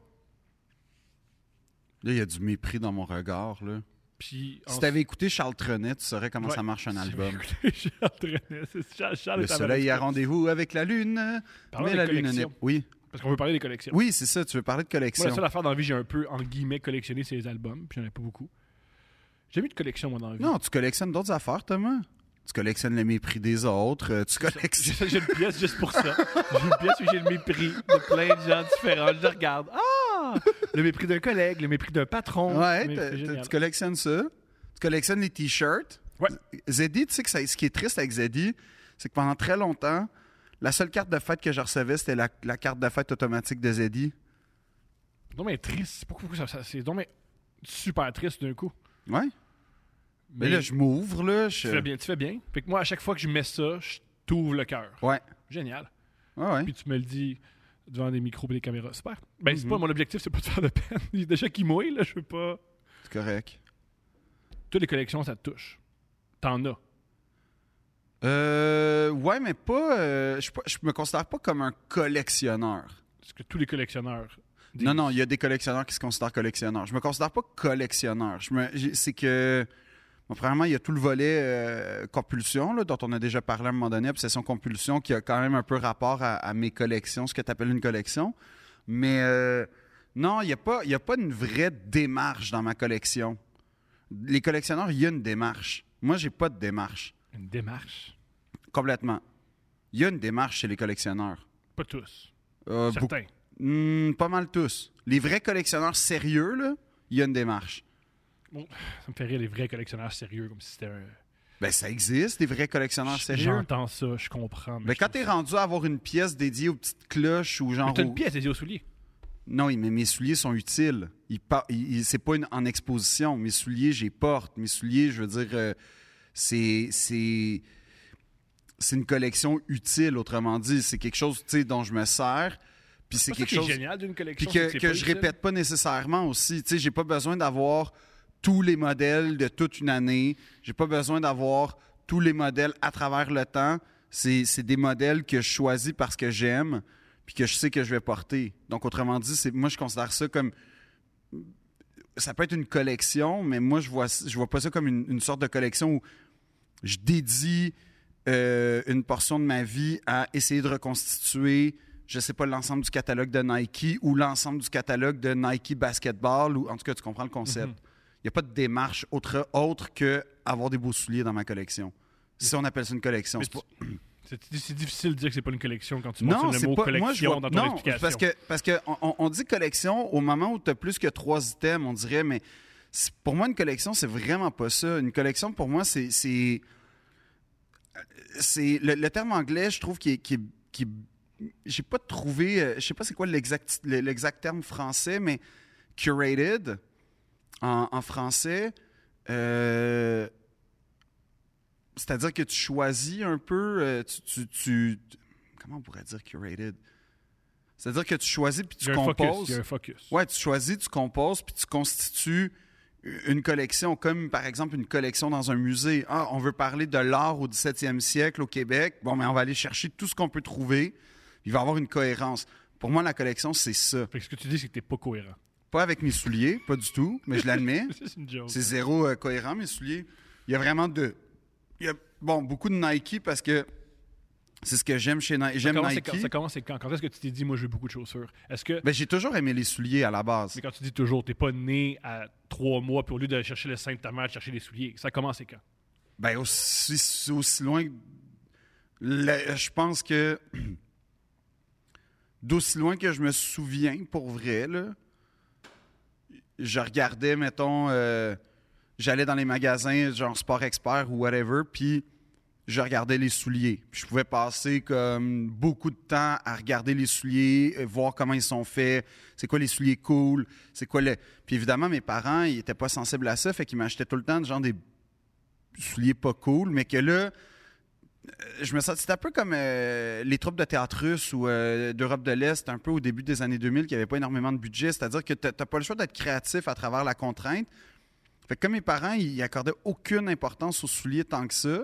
Speaker 1: Là, il y a du mépris dans mon regard, là.
Speaker 2: Puis.
Speaker 1: Si
Speaker 2: en-
Speaker 1: t'avais écouté Charles Trenet, tu saurais comment
Speaker 2: Oh. Ouais. Ah,
Speaker 1: ça marche un album.
Speaker 2: Charles Trenet, c'est- Charles- Charles
Speaker 1: Le
Speaker 2: est à la
Speaker 1: soleil a
Speaker 2: maison.
Speaker 1: rendez-vous avec la lune,
Speaker 2: Parlons
Speaker 1: mais
Speaker 2: des
Speaker 1: la lune
Speaker 2: collections.
Speaker 1: n'est- Oui,
Speaker 2: Parce qu'on veut parler des collections.
Speaker 1: oui c'est ça, tu veux parler de collection.
Speaker 2: Moi, la seule affaire dans la vie, j'ai un peu, en guillemets, collectionné, c'est les albums, puis j'en ai pas beaucoup. J'ai mis de collection, moi, dans la vie.
Speaker 1: Non, tu collectionnes d'autres affaires, Thomas. Tu collectionnes le mépris des autres, euh, tu collectionnes...
Speaker 2: J'ai j'ai une pièce juste pour ça. J'ai une pièce où j'ai le mépris de plein de gens différents. Je les regarde. Ah! Le mépris d'un collègue, le mépris d'un patron.
Speaker 1: Ouais,
Speaker 2: Mais
Speaker 1: t'as-
Speaker 2: c'est
Speaker 1: t'as-
Speaker 2: génial.
Speaker 1: tu collectionnes ça. Tu collectionnes les t-shirts.
Speaker 2: Ouais.
Speaker 1: Zeddy, tu sais que ça- ce qui est triste avec Zeddy, c'est que pendant très longtemps, la seule carte de fête que je recevais, c'était la, la carte de fête automatique de Zeddy.
Speaker 2: C'est donc bien triste. C'est Pourquoi, pourquoi ça, ça- c'est donc bien super triste d'un coup.
Speaker 1: Ouais. Mais, là, je m'ouvre, là. Je...
Speaker 2: tu fais bien, tu fais bien. Fait que moi, à chaque fois que je mets ça, je t'ouvre le cœur.
Speaker 1: Ouais.
Speaker 2: Génial.
Speaker 1: Ouais, Ah ouais.
Speaker 2: Puis tu me le dis devant des micros et des caméras. Super. Ben, c'est
Speaker 1: Mhm.
Speaker 2: pas mon objectif, c'est pas de faire de peine. Il y a déjà qui mouille, là, je veux pas.
Speaker 1: C'est correct.
Speaker 2: Toutes les collections, ça te touche. T'en as.
Speaker 1: Euh, ouais, mais pas. euh, je, suis pas- je me considère pas comme un collectionneur.
Speaker 2: Parce que tous les collectionneurs. disent.
Speaker 1: Non, non, il y a des collectionneurs qui se considèrent collectionneurs. Je me considère pas collectionneur. Je me- j'ai- c'est que, bon, premièrement, il y a tout le volet euh, compulsion, là, dont on a déjà parlé à un moment donné, obsession compulsion, qui a quand même un peu rapport à, à mes collections, ce que tu appelles une collection. Mais euh, non, il n'y a, pas- il y a pas une vraie démarche dans ma collection. Les collectionneurs, il y a une démarche. Moi, j'ai pas de démarche.
Speaker 2: Une démarche.
Speaker 1: Complètement. Il y a une démarche chez les collectionneurs.
Speaker 2: Pas tous.
Speaker 1: Euh, beaucoup-
Speaker 2: Certains.
Speaker 1: Hmm, pas mal tous. Les vrais collectionneurs sérieux, là, il y a une démarche.
Speaker 2: Ça me fait rire les vrais collectionneurs sérieux, comme si c'était un.
Speaker 1: Ben, ça existe, les vrais collectionneurs sérieux.
Speaker 2: J'entends ça, je comprends.
Speaker 1: Mais
Speaker 2: je
Speaker 1: quand
Speaker 2: trouve
Speaker 1: t'es
Speaker 2: ça-
Speaker 1: rendu à avoir une pièce dédiée aux petites cloches ou genre.
Speaker 2: Mais T'as une
Speaker 1: aux-
Speaker 2: pièce dédiée aux souliers.
Speaker 1: Non, mais mes souliers sont utiles. Ils par- ils- ils- C'est pas une- en exposition. Mes souliers, j'y porte. Mes souliers, je veux dire, euh, c'est. c'est- C'est une collection utile, autrement dit. C'est quelque chose tu sais, dont je me sers. Puis c'est
Speaker 2: C'est ça
Speaker 1: quelque
Speaker 2: qui est
Speaker 1: chose.
Speaker 2: génial d'une
Speaker 1: Puis
Speaker 2: collection. c'est
Speaker 1: que,
Speaker 2: c'est
Speaker 1: que
Speaker 2: pas
Speaker 1: je
Speaker 2: utile.
Speaker 1: répète pas nécessairement aussi. Tu sais, j'ai pas besoin d'avoir tous les modèles de toute une année. J'ai pas besoin d'avoir tous les modèles à travers le temps. C'est c'est des modèles que je choisis parce que j'aime puis que je sais que je vais porter. Donc, autrement dit, c'est moi, je considère ça comme... Ça peut être une collection, mais moi, je vois, je vois pas ça comme une, une sorte de collection où je dédie euh, une portion de ma vie à essayer de reconstituer, je sais pas, l'ensemble du
Speaker 2: Mhm.
Speaker 1: catalogue de Nike ou l'ensemble du catalogue de Nike Basketball, ou en tout cas, tu comprends le concept. n'y a pas de démarche autre, autre que avoir des beaux souliers dans ma collection. Si on appelle ça une collection,
Speaker 2: Mais
Speaker 1: c'est pas-
Speaker 2: C'est c'est difficile de dire que c'est pas une collection quand tu
Speaker 1: non,
Speaker 2: mentionnes le
Speaker 1: c'est
Speaker 2: mot
Speaker 1: pas.
Speaker 2: collection
Speaker 1: Moi, je vois,
Speaker 2: dans ton
Speaker 1: non,
Speaker 2: explication.
Speaker 1: parce que parce que on- on, on dit collection au moment où tu as plus que trois items, on dirait, mais c'est- pour moi une collection c'est vraiment pas ça. Une collection pour moi c'est c'est c'est- le, le terme anglais, je trouve qui est- qui est- qui est- j'ai pas trouvé, euh, je sais pas c'est quoi l'exact le- l'exact terme français, mais curated en, en français. euh, c'est-à-dire que tu choisis un peu, euh, tu, tu- tu- comment on pourrait dire curated? C'est-à-dire que tu choisis puis
Speaker 2: Il
Speaker 1: tu
Speaker 2: y a un focus.
Speaker 1: composes.
Speaker 2: Il y a un focus.
Speaker 1: Ouais, tu choisis, tu composes, puis tu constitues une collection, comme par exemple une collection dans un musée. Ah, on veut parler de l'art au 17e siècle au Québec. Bon, mais on va aller chercher tout ce qu'on peut trouver. Il va y avoir une cohérence. Pour moi, la collection, c'est ça.
Speaker 2: Fait que ce que tu dis, c'est que t'es pas cohérent.
Speaker 1: Pas avec mes souliers, pas du tout, mais je l'admets.
Speaker 2: c'est une joke.
Speaker 1: C'est zéro euh, cohérent, mes souliers. Il y a vraiment de. Il y a, bon, beaucoup de Nike parce que c'est ce que j'aime chez Nike. J'aime
Speaker 2: Comment c'est
Speaker 1: Nike.
Speaker 2: quand- Ça commence c'est quand? Quand est-ce que tu t'es dit, moi, je veux beaucoup de chaussures? Est-ce que.
Speaker 1: Ben, j'ai toujours aimé les souliers à la base.
Speaker 2: Mais quand tu dis toujours, t'es pas né à trois mois, puis au lieu d'aller chercher le sein de ta mère, de chercher des souliers, ça commence c'est quand?
Speaker 1: Ben, aussi, c'est aussi loin. que- le- je pense que. D'aussi loin que je me souviens, pour vrai, là, je regardais, mettons, euh, j'allais dans les magasins, genre Sport Expert ou whatever, puis je regardais les souliers. Puis je pouvais passer comme beaucoup de temps à regarder les souliers, euh, voir comment ils sont faits, c'est quoi les souliers cool, c'est quoi le. Puis évidemment, mes parents, ils étaient pas sensibles à ça, fait qu'ils m'achetaient tout le temps genre des souliers pas cool, mais que là, euh, je me sens, c'était un peu comme euh, les troupes de théâtre russe ou euh, d'Europe de l'Est, un peu au début des années 2000, qui n'avaient pas énormément de budget. C'est-à-dire que tu n'as pas le choix d'être créatif à travers la contrainte. Fait que comme mes parents, ils accordaient aucune importance aux souliers tant que ça.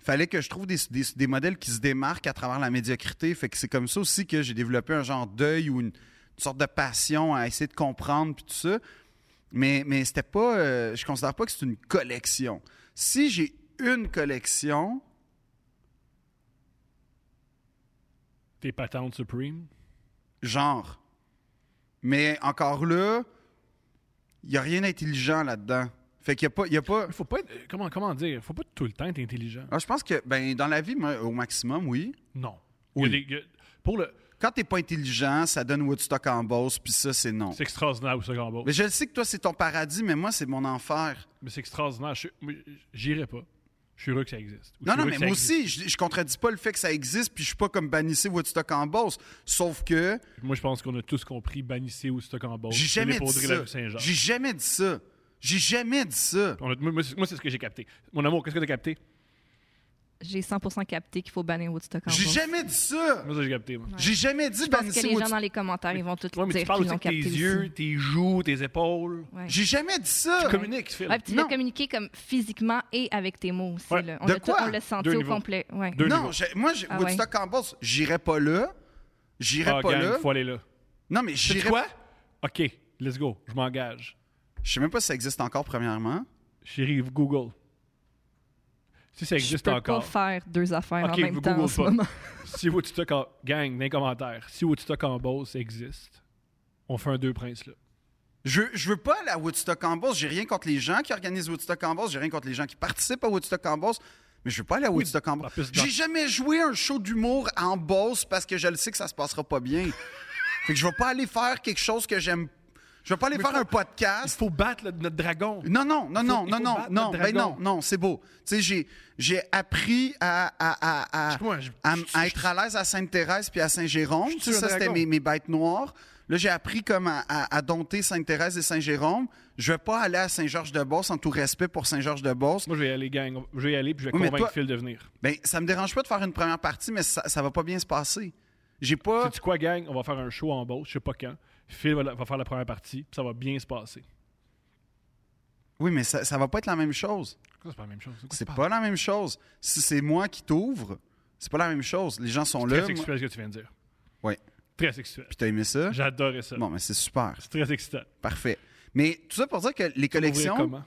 Speaker 1: Fallait que je trouve des, des- des modèles qui se démarquent à travers la médiocrité. Fait que c'est comme ça aussi que j'ai développé un genre d'œil ou une, une sorte de passion à essayer de comprendre puis tout ça. Mais, mais c'était pas. euh, je considère pas que c'est une collection. Si j'ai une collection,
Speaker 2: T'es patente Supreme?
Speaker 1: genre. Mais encore là, il n'y a rien d'intelligent là-dedans. Fait qu'il n'y a pas. il Y a pas
Speaker 2: Mais Faut pas être. euh, Comment, comment dire? Faut pas tout le temps être intelligent.
Speaker 1: Ah, je pense que ben, dans la vie, moi, au maximum, oui.
Speaker 2: Non. Il y a
Speaker 1: Oui.
Speaker 2: des- il y a- pour le.
Speaker 1: Quand t'es pas intelligent, ça donne Woodstock en boss, puis ça, c'est non.
Speaker 2: C'est extraordinaire au second bord.
Speaker 1: Mais je le sais que toi, c'est ton paradis, mais moi, c'est mon enfer.
Speaker 2: Mais c'est extraordinaire. Je suis- moi, J'irai pas. Je suis heureux que ça existe. Ou je
Speaker 1: Non, non,
Speaker 2: suis heureux
Speaker 1: mais
Speaker 2: que ça
Speaker 1: moi
Speaker 2: existe.
Speaker 1: aussi, je, je contredis pas le fait que ça existe, puis je suis pas comme bannissé Woodstock en boss. Sauf que.
Speaker 2: Moi, je pense qu'on a tous compris bannissez ou stock en bas.
Speaker 1: J'ai jamais dit
Speaker 2: la
Speaker 1: ça.
Speaker 2: rue Saint-Jean.
Speaker 1: J'ai jamais dit ça. J'ai jamais dit ça.
Speaker 2: On a- moi, moi, c'est- moi, c'est ce que j'ai capté. Mon amour, qu'est-ce que t'as capté?
Speaker 3: J'ai 100% capté qu'il faut bannir Woodstock en
Speaker 1: J'ai
Speaker 3: bas.
Speaker 1: jamais dit ça.
Speaker 2: Moi, ça, j'ai capté. moi.
Speaker 1: J'ai jamais dit
Speaker 3: Je pense que
Speaker 1: bannissez
Speaker 3: les gens
Speaker 1: Woodstock.
Speaker 3: dans les commentaires, ils vont tout
Speaker 2: Ouais, mais tu
Speaker 3: dire
Speaker 2: parles
Speaker 3: qu'ils
Speaker 2: aussi
Speaker 3: ont
Speaker 2: de tes
Speaker 3: capté aussi.
Speaker 2: yeux, tes joues, tes épaules.
Speaker 3: Ouais.
Speaker 1: J'ai jamais dit ça.
Speaker 2: Communique, Phil.
Speaker 3: Ouais, puis tu l'as
Speaker 1: Non.
Speaker 3: communiqué comme physiquement et avec tes mots aussi.
Speaker 2: Ouais.
Speaker 3: là. On
Speaker 1: De
Speaker 3: l'a tout-
Speaker 1: quoi?
Speaker 3: on l'a senti
Speaker 2: Deux
Speaker 3: au
Speaker 2: niveaux.
Speaker 3: complet. Ouais.
Speaker 2: Deux
Speaker 1: non,
Speaker 2: niveaux.
Speaker 1: j'ai- moi, j'ai-
Speaker 3: Ah ouais.
Speaker 1: Woodstock en bourse, j'irai pas là. J'irai
Speaker 2: Ah,
Speaker 1: pas
Speaker 2: gang,
Speaker 1: là.
Speaker 2: faut aller là.
Speaker 1: Non, mais
Speaker 2: Tu
Speaker 1: j'irai.
Speaker 2: quoi? OK, let's go. Je m'engage.
Speaker 1: Je sais même pas si ça existe encore, premièrement.
Speaker 2: Chérie, Google. Si ça
Speaker 3: Je
Speaker 2: existe
Speaker 3: peux pas
Speaker 2: encore.
Speaker 3: faire deux affaires
Speaker 2: Ok,
Speaker 3: en même
Speaker 2: vous
Speaker 3: temps en
Speaker 2: Google
Speaker 3: ce
Speaker 2: pas.
Speaker 3: moment.
Speaker 2: Si Woodstock en... Gang, dans les commentaires. Si Woodstock en boss existe, on fait un deux princes là.
Speaker 1: Je, je veux pas aller à Woodstock en bourse. J'ai rien contre les gens qui organisent Woodstock en bourse. J'ai rien contre les gens qui participent à Woodstock en bourse. Mais je veux pas aller à Woodstock en
Speaker 2: en
Speaker 1: bourse.
Speaker 2: plus, dans-
Speaker 1: J'ai jamais joué un show d'humour en bourse parce que je le sais que ça se passera pas bien. fait que je vais pas aller faire quelque chose que j'aime. Je vais pas aller faire un
Speaker 2: Il
Speaker 1: podcast.
Speaker 2: faut battre le- notre dragon.
Speaker 1: Non, non, non,
Speaker 2: Il faut-
Speaker 1: non,
Speaker 2: il
Speaker 1: non,
Speaker 2: faut
Speaker 1: non,
Speaker 2: battre
Speaker 1: non, ben
Speaker 2: le
Speaker 1: non,
Speaker 2: dragon.
Speaker 1: non, c'est beau. Tu sais, j'ai, j'ai appris à, à, à, à,
Speaker 2: Excuse-moi, je-
Speaker 1: à-
Speaker 2: je-
Speaker 1: à être à l'aise à Sainte-Thérèse puis à Saint-Jérôme.
Speaker 2: Je
Speaker 1: Tu sais,
Speaker 2: tue un
Speaker 1: ça, c'était
Speaker 2: dragon.
Speaker 1: mes, mes bêtes noires. Là, j'ai appris comme à, à- à dompter Sainte-Thérèse et Saint-Jérôme. Je vais pas aller à Saint-Georges-de-Beauce, en tout respect pour Saint-Georges-de-Beauce.
Speaker 2: Moi, je vais y aller, gang. Je vais y aller, puis je vais
Speaker 1: Oui, mais toi-
Speaker 2: convaincre Phil de venir.
Speaker 1: Ben, ça me dérange pas de faire une première partie, mais ça, ça va pas bien se passer. J'ai pas...
Speaker 2: Sais-tu quoi, gang? On va faire un show en boss, je sais pas quand. Phil va, la- va faire la première partie, puis ça va bien se passer.
Speaker 1: Oui, mais ça, ça va pas être la même chose.
Speaker 2: Pourquoi c'est pas la même chose? C'est quoi
Speaker 1: C'est pas la même chose. Si c'est moi qui t'ouvre, c'est pas la même chose. Les gens sont
Speaker 2: Très
Speaker 1: là. moi-
Speaker 2: sexuel ce que tu viens de dire.
Speaker 1: Ouais.
Speaker 2: Très sexuel.
Speaker 1: Puis t'as aimé ça?
Speaker 2: J'adorais ça.
Speaker 1: Bon, mais c'est super.
Speaker 2: C'est très excitant.
Speaker 1: Parfait. Mais tout ça pour dire que les
Speaker 2: Ouvrir
Speaker 1: collections.
Speaker 2: comment?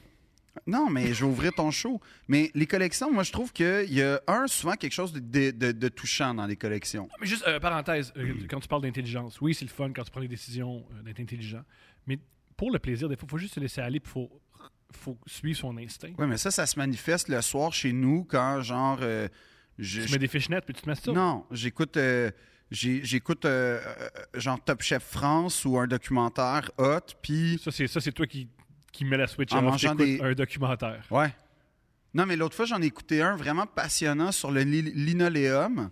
Speaker 1: Non, mais je vais ouvrir ton show. Mais les collections, moi, je trouve qu'il y a un, souvent quelque chose de, de- de- de touchant dans les collections.
Speaker 2: Mais juste, euh, parenthèse, euh, quand tu parles d'intelligence, oui, c'est le fun quand tu prends des décisions euh, d'être intelligent, mais pour le plaisir, des fois, il faut juste se laisser aller, il faut faut suivre son instinct.
Speaker 1: Oui, mais ça, ça se manifeste le soir chez nous quand, genre, euh, je-
Speaker 2: Tu
Speaker 1: je-
Speaker 2: mets des fichenettes puis tu te masturbes.
Speaker 1: Non, j'écoute, euh, j'ai- j'écoute euh, euh, genre Top Chef France ou un documentaire hot, puis...
Speaker 2: Ça, c'est, ça, c'est toi qui, qui mets la switch
Speaker 1: En
Speaker 2: off,
Speaker 1: mangeant
Speaker 2: t'écoutes
Speaker 1: des-
Speaker 2: un documentaire.
Speaker 1: Ouais. Non, mais l'autre fois, j'en ai écouté un vraiment passionnant sur le li- linoléum.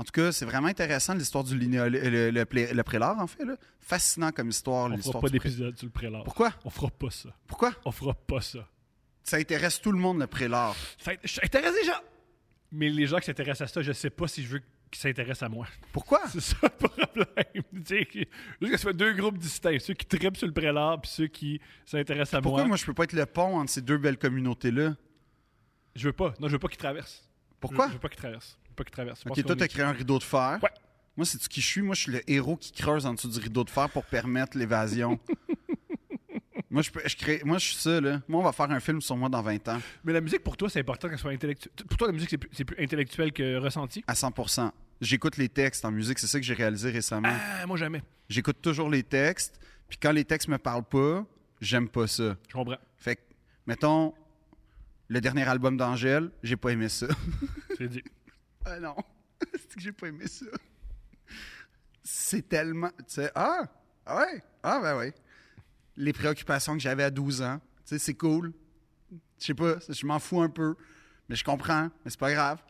Speaker 1: En tout cas, c'est vraiment intéressant l'histoire du linoléum, le, le plé- le prélat, en fait. Là. Fascinant comme histoire,
Speaker 2: On fera
Speaker 1: l'histoire
Speaker 2: pas
Speaker 1: du pré-
Speaker 2: d'épisode sur le prélat.
Speaker 1: Pourquoi?
Speaker 2: On fera pas ça.
Speaker 1: Pourquoi?
Speaker 2: On fera pas ça.
Speaker 1: Ça intéresse tout le monde, le prélat.
Speaker 2: Ça intéresse les gens! Mais les gens qui s'intéressent à ça, je sais pas si je veux qu'ils s'intéressent à moi.
Speaker 1: Pourquoi?
Speaker 2: C'est ça le problème. Tu sais, que- Juste que ça fait deux groupes distincts. Ceux qui tripent sur le prélat puis ceux qui s'intéressent à
Speaker 1: Pourquoi
Speaker 2: moi.
Speaker 1: moi, je peux pas être le pont entre ces deux belles communautés-là?
Speaker 2: Je veux pas. Non, je veux pas qu'ils traversent.
Speaker 1: Pourquoi?
Speaker 2: Mm, Je, je veux pas qu'ils traversent. Je veux pas qu'ils traversent. Je pense
Speaker 1: Ok, toi,
Speaker 2: qu'on
Speaker 1: t'as
Speaker 2: est-
Speaker 1: créé un rideau de fer.
Speaker 2: Ouais.
Speaker 1: Moi, c'est qui je suis. Moi, je suis le héros qui creuse en dessous du rideau de fer pour permettre l'évasion. moi, je, peux- je crée, moi, je suis ça, là. Moi, on va faire un film sur moi dans 20 ans,
Speaker 2: Mais la musique, pour toi, c'est important qu'elle soit intellectuelle. Pour toi, la musique, c'est plus, c'est plus intellectuel que ressenti.
Speaker 1: à 100 J'écoute les textes en musique, c'est ça que j'ai réalisé récemment.
Speaker 2: Ah, moi, jamais.
Speaker 1: J'écoute toujours les textes, puis quand les textes me parlent pas, j'aime pas ça.
Speaker 2: Je comprends.
Speaker 1: Fait que, mettons, le dernier album d'Angèle, j'ai pas aimé ça.
Speaker 2: C'est dit.
Speaker 1: Ah non, c'est que j'ai pas aimé ça. C'est tellement. Tu sais, ah, ah ouais, ah ben ouais. Les préoccupations que j'avais à 12 ans, tu sais, c'est cool. Je sais pas, je m'en fous un peu, mais je comprends, mais c'est pas grave.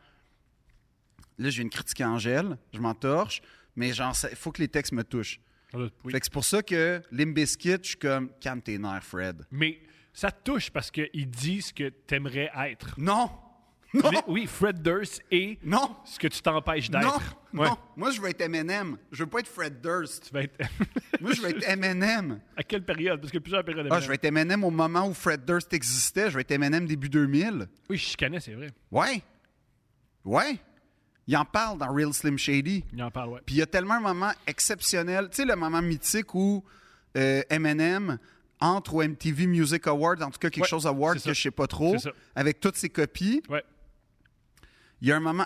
Speaker 1: Là, je viens de critiquer Angèle, je m'entorche, mais genre, il faut que les textes me touchent.
Speaker 2: J'en doute. Ah, Oui.
Speaker 1: Fait que c'est pour ça que Limbiskit, je suis comme, calme tes nerfs, Fred.
Speaker 2: Mais ça te touche parce qu'ils disent ce que t'aimerais être.
Speaker 1: Non! Non!
Speaker 2: Mais Oui, Fred Durst est
Speaker 1: Non!
Speaker 2: ce que tu t'empêches
Speaker 1: Non!
Speaker 2: d'être. Ouais.
Speaker 1: Non! Moi, je veux être Eminem. Je veux pas être Fred Durst.
Speaker 2: Tu vas être.
Speaker 1: Moi, je vais être M&M.
Speaker 2: à quelle période? Parce que plusieurs périodes.
Speaker 1: Ah, je vais être M&M au moment où Fred Durst existait. Je vais être M&M début 2000.
Speaker 2: Oui, je chicanais, c'est vrai.
Speaker 1: Ouais. Ouais. Il en parle dans Real Slim Shady.
Speaker 2: Il en parle, ouais.
Speaker 1: Puis il y a tellement un moment exceptionnel. Tu sais, le moment mythique où euh, M&M entre au MTV Music Awards, en tout cas quelque
Speaker 2: Ouais,
Speaker 1: chose Award
Speaker 2: c'est ça.
Speaker 1: que je sais pas trop,
Speaker 2: C'est ça.
Speaker 1: avec toutes ses copies.
Speaker 2: Ouais.
Speaker 1: il y a un moment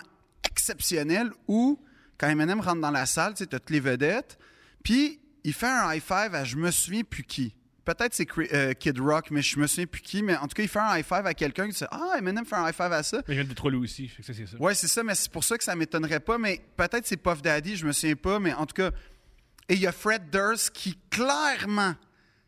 Speaker 1: exceptionnel où, quand Eminem rentre dans la salle, tu sais, t'as toutes les vedettes, puis il fait un high five à je me souviens plus qui. Peut-être c'est Cri- euh, Kid Rock, mais je me souviens plus qui. Mais en tout cas, il fait un high five à quelqu'un qui dit Ah, Eminem fait un high five à ça.
Speaker 2: Mais je viens de troller aussi. Fait que ça, c'est ça.
Speaker 1: Ouais, c'est ça, mais c'est pour ça que ça m'étonnerait pas. Mais peut-être c'est Puff Daddy, je me souviens pas. Mais en tout cas, et il y a Fred Durst qui clairement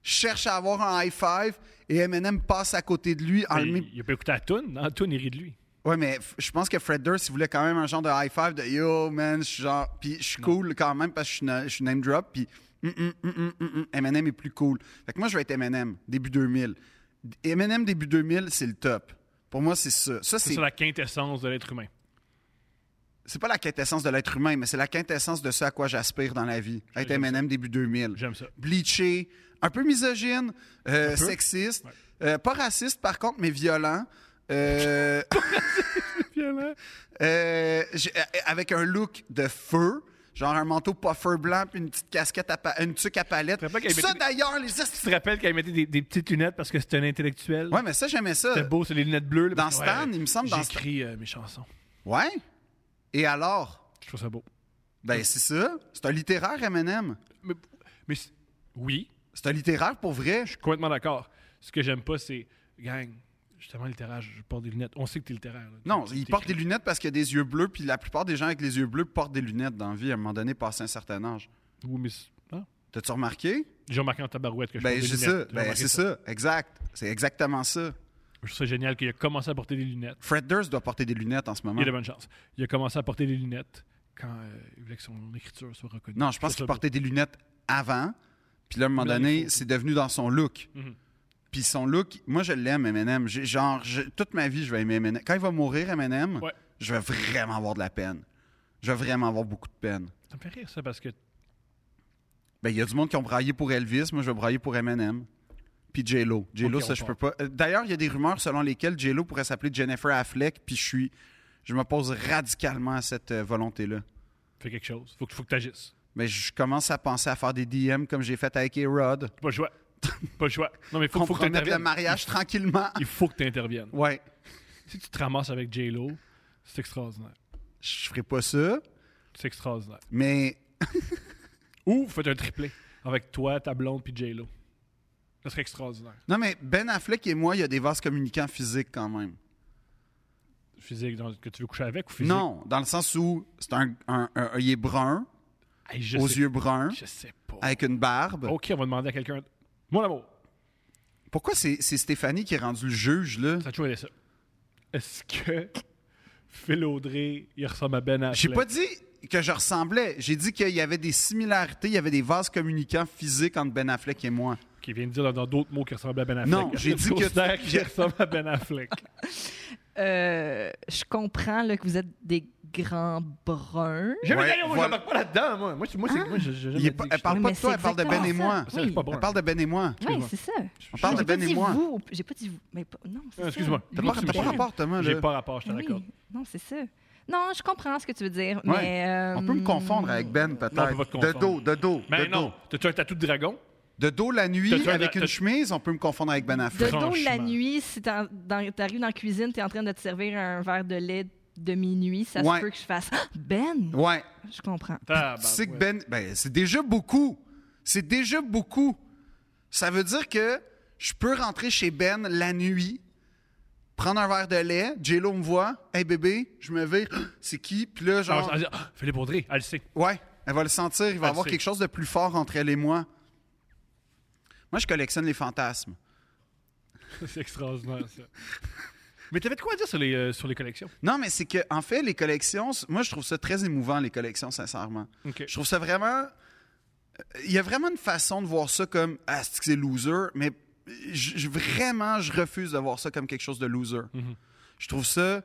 Speaker 1: cherche à avoir un high five et Eminem passe à côté de lui en
Speaker 2: Mais
Speaker 1: le mi-
Speaker 2: il, il a pas écouté la toune. Non, la toune, il rit de lui.
Speaker 1: Ouais, mais f- je pense que Fred Durst, il voulait quand même un genre de high five de yo, man, je suis genre. Puis je suis cool quand même parce que je suis, na- je suis name drop. Puis mm, mm, mm, mm, mm, mm, Eminem est plus cool. Fait que moi, je vais être Eminem, début 2000. D- Eminem, début 2000, c'est le top. Pour moi, c'est ça. Ça,
Speaker 2: C'est
Speaker 1: c'est
Speaker 2: ça la quintessence de l'être humain.
Speaker 1: c'est pas la quintessence de l'être humain, mais c'est la quintessence de ce à quoi j'aspire dans la vie. Être
Speaker 2: J'aime
Speaker 1: Eminem, début 2000.
Speaker 2: J'aime ça.
Speaker 1: Bleaché, un peu misogyne, euh, sexiste, euh, pas raciste par contre, mais violent. Euh, Euh, j'ai- euh, avec un look de feu, genre un manteau puffer blanc, puis une petite casquette à pa- une tuque à palette.
Speaker 2: Faudrait pas qu'elle
Speaker 1: Ça
Speaker 2: mette-
Speaker 1: d'ailleurs, les
Speaker 2: Tu te rappelles quand il mettait des, des petites lunettes parce que c'était un intellectuel?
Speaker 1: Ouais, mais ça j'aimais ça.
Speaker 2: C'était beau, c'est les lunettes bleues. là,
Speaker 1: Dans
Speaker 2: parce que,
Speaker 1: Stan, il me semble, dans
Speaker 2: J'écris euh, mes chansons.
Speaker 1: Ouais. Et alors
Speaker 2: Je trouve ça beau. Hein?
Speaker 1: Ben c'est ça, c'est un littéraire M&M.
Speaker 2: Mais, mais c'est- oui,
Speaker 1: C'est un littéraire pour vrai.
Speaker 2: je suis complètement d'accord. Ce que j'aime pas, c'est, gang, justement, littéraire, je porte des lunettes. On sait que t'es littéraire. là.
Speaker 1: Non,
Speaker 2: T'écris.
Speaker 1: il porte des lunettes parce qu'il y a des yeux bleus, puis la plupart des gens avec les yeux bleus portent des lunettes dans la vie à un moment donné, passé un certain âge.
Speaker 2: Oui, mais. c'est- hein?
Speaker 1: T'as-tu remarqué?
Speaker 2: J'ai remarqué en tabarouette que je
Speaker 1: Ben,
Speaker 2: porte des
Speaker 1: c'est
Speaker 2: lunettes.
Speaker 1: ça.
Speaker 2: J'ai
Speaker 1: Ben,
Speaker 2: remarqué
Speaker 1: c'est ça. Exact. C'est exactement ça.
Speaker 2: Je trouve ça génial qu'il a commencé à porter des lunettes.
Speaker 1: Fred Durst doit porter des lunettes en ce
Speaker 2: Il
Speaker 1: moment.
Speaker 2: a de bonnes chances. Il a commencé à porter des lunettes quand euh, il voulait que son écriture soit reconnue.
Speaker 1: Non, je pense
Speaker 2: trouve ça
Speaker 1: qu'il
Speaker 2: beau.
Speaker 1: portait des lunettes avant. Puis là, à un moment
Speaker 2: Mais là, il
Speaker 1: donné,
Speaker 2: faut-
Speaker 1: c'est devenu dans son look.
Speaker 2: Mhm.
Speaker 1: Puis son look, moi, je l'aime, M&M. J'ai- Genre, je- toute ma vie, je vais aimer M&M. Quand il va mourir, M&M,
Speaker 2: Ouais.
Speaker 1: je vais vraiment avoir de la peine. Je vais vraiment avoir beaucoup de peine.
Speaker 2: Ça me fait rire, ça, parce que
Speaker 1: Ben, il y a du monde qui ont braillé pour Elvis. Moi, je vais brailler pour M&M. Puis J-Lo. J-Lo,
Speaker 2: Ok, on
Speaker 1: ça, je peux
Speaker 2: part.
Speaker 1: pas... Euh, D'ailleurs, il y a des rumeurs selon lesquelles J-Lo pourrait s'appeler Jennifer Affleck. Puis je suis... Je m'oppose radicalement à cette euh, volonté-là.
Speaker 2: fais quelque chose. Faut que, faut que t'agisses.
Speaker 1: Mais je commence à penser à faire des DM comme j'ai fait avec A-Rod.
Speaker 2: Pas le choix. Pas le choix. Non, mais faut,
Speaker 1: Qu'on
Speaker 2: faut que
Speaker 1: promette le
Speaker 2: t'interviennes.
Speaker 1: mariage tranquillement.
Speaker 2: Il faut que t'interviennes.
Speaker 1: Ouais.
Speaker 2: Si tu te ramasses avec J-Lo, c'est extraordinaire.
Speaker 1: Je ferai pas ça,
Speaker 2: C'est extraordinaire.
Speaker 1: mais
Speaker 2: Ou faites un triplé avec toi, ta blonde, puis J-Lo. Ça serait extraordinaire.
Speaker 1: Non, mais Ben Affleck et moi, il y a des vases communicants physiques quand même.
Speaker 2: Physique, dans- que tu veux coucher avec ou physique?
Speaker 1: Non, dans le sens où c'est un, un- un- il est brun,
Speaker 2: Hey, je
Speaker 1: aux
Speaker 2: sais-
Speaker 1: yeux bruns,
Speaker 2: Je sais pas.
Speaker 1: avec une barbe.
Speaker 2: Ok, on va demander à quelqu'un. Mon amour,
Speaker 1: Pourquoi c'est c'est Stéphanie qui est rendue le juge, là?
Speaker 2: ça a toujours été ça. Est-ce que Phil Audrey, il ressemble à Ben Affleck?
Speaker 1: J'ai pas dit que je ressemblais. J'ai dit qu'il y avait des similarités, il y avait des vases communicants physiques entre Ben Affleck et moi.
Speaker 2: Qui vient de dire dans- dans d'autres mots qu'il ressemble à Ben Affleck.
Speaker 1: Non,
Speaker 2: Est-ce
Speaker 1: j'ai
Speaker 2: tu
Speaker 1: dit que-
Speaker 2: considères qu'il ressemble à Ben Affleck.
Speaker 3: Euh, je comprends là, que vous êtes des grands bruns.
Speaker 2: Jamais
Speaker 1: Ouais,
Speaker 2: d'ailleurs, moi,
Speaker 1: voilà. Ah.
Speaker 2: j'embarque pas là-dedans, moi. Moi, c'est- moi, c'est- moi, j'ai- j'ai jamais
Speaker 1: Il est
Speaker 2: dit
Speaker 1: pas-
Speaker 2: que
Speaker 1: elle parle
Speaker 3: Oui,
Speaker 1: pas
Speaker 3: mais
Speaker 1: de toi,
Speaker 3: c'est
Speaker 1: elle parle de Ben et
Speaker 3: exactement
Speaker 1: moi.
Speaker 2: ça. C'est pas bon.
Speaker 1: Elle parle de Ben et moi.
Speaker 3: Oui,
Speaker 2: Excuse-moi.
Speaker 3: c'est ça.
Speaker 1: On parle de
Speaker 3: J'ai pas
Speaker 1: Ben et
Speaker 3: dit
Speaker 1: moi.
Speaker 3: vous. J'ai pas dit vous. Mais pas- non, c'est
Speaker 2: Ah,
Speaker 3: ça. Ben
Speaker 2: Excuse-moi.
Speaker 1: T'as pas,
Speaker 2: Tu me
Speaker 1: t'as pas
Speaker 2: cherches.
Speaker 1: rapport, Thomas.
Speaker 2: J'ai
Speaker 1: là.
Speaker 2: pas rapport, je te
Speaker 3: Oui.
Speaker 2: l'accorde.
Speaker 3: Non, c'est ça. Non, je comprends ce que tu veux dire,
Speaker 1: Ouais.
Speaker 3: mais... euh,
Speaker 1: On peut me confondre avec Ben, peut-être.
Speaker 2: Non, on peut pas te
Speaker 1: de dos,
Speaker 2: confondre.
Speaker 1: de dos.
Speaker 2: Mais
Speaker 1: de
Speaker 2: Ben non,
Speaker 1: dos.
Speaker 2: t'as-tu un tatou de dragon?
Speaker 1: De dos la
Speaker 2: T'as-
Speaker 1: nuit,
Speaker 2: t'as-
Speaker 1: avec une
Speaker 2: t'as-
Speaker 1: chemise, on peut me confondre avec Ben
Speaker 3: De
Speaker 1: Affleck.
Speaker 3: dos la
Speaker 2: Franchement.
Speaker 3: nuit, si t'en- dans- t'arrives dans la cuisine, t'es en train de te servir un verre de lait de minuit, ça
Speaker 1: Ouais.
Speaker 3: se peut que je fasse « Ben!
Speaker 1: Ouais. »
Speaker 3: Je comprends.
Speaker 2: Tabarouette.
Speaker 1: Tu sais que Ben, ben, c'est déjà beaucoup. C'est déjà beaucoup. Ça veut dire que je peux rentrer chez Ben la nuit, prendre un verre de lait, J-Lo me voit, hey bébé, je me vais, c'est qui? Puis là,
Speaker 2: Ah,
Speaker 1: genre,
Speaker 2: elle dit, Ah, Philippe Audrey, elle le sait.
Speaker 1: ouais, elle va le sentir, il va y
Speaker 2: Elle
Speaker 1: avoir
Speaker 2: sait.
Speaker 1: quelque chose de plus fort entre elle et moi. Moi, je collectionne les fantasmes.
Speaker 2: C'est extraordinaire, ça. Mais t'avais de quoi à dire sur les, euh, sur les collections?
Speaker 1: Non, mais c'est que, en fait, les collections, moi, je trouve ça très émouvant, les collections, sincèrement.
Speaker 2: Ok.
Speaker 1: Je trouve ça vraiment. Il y a vraiment une façon de voir ça comme Ah, c'est que c'est loser, mais je- je- vraiment, je refuse de voir ça comme quelque chose de loser.
Speaker 2: Mm-hmm.
Speaker 1: Je trouve ça.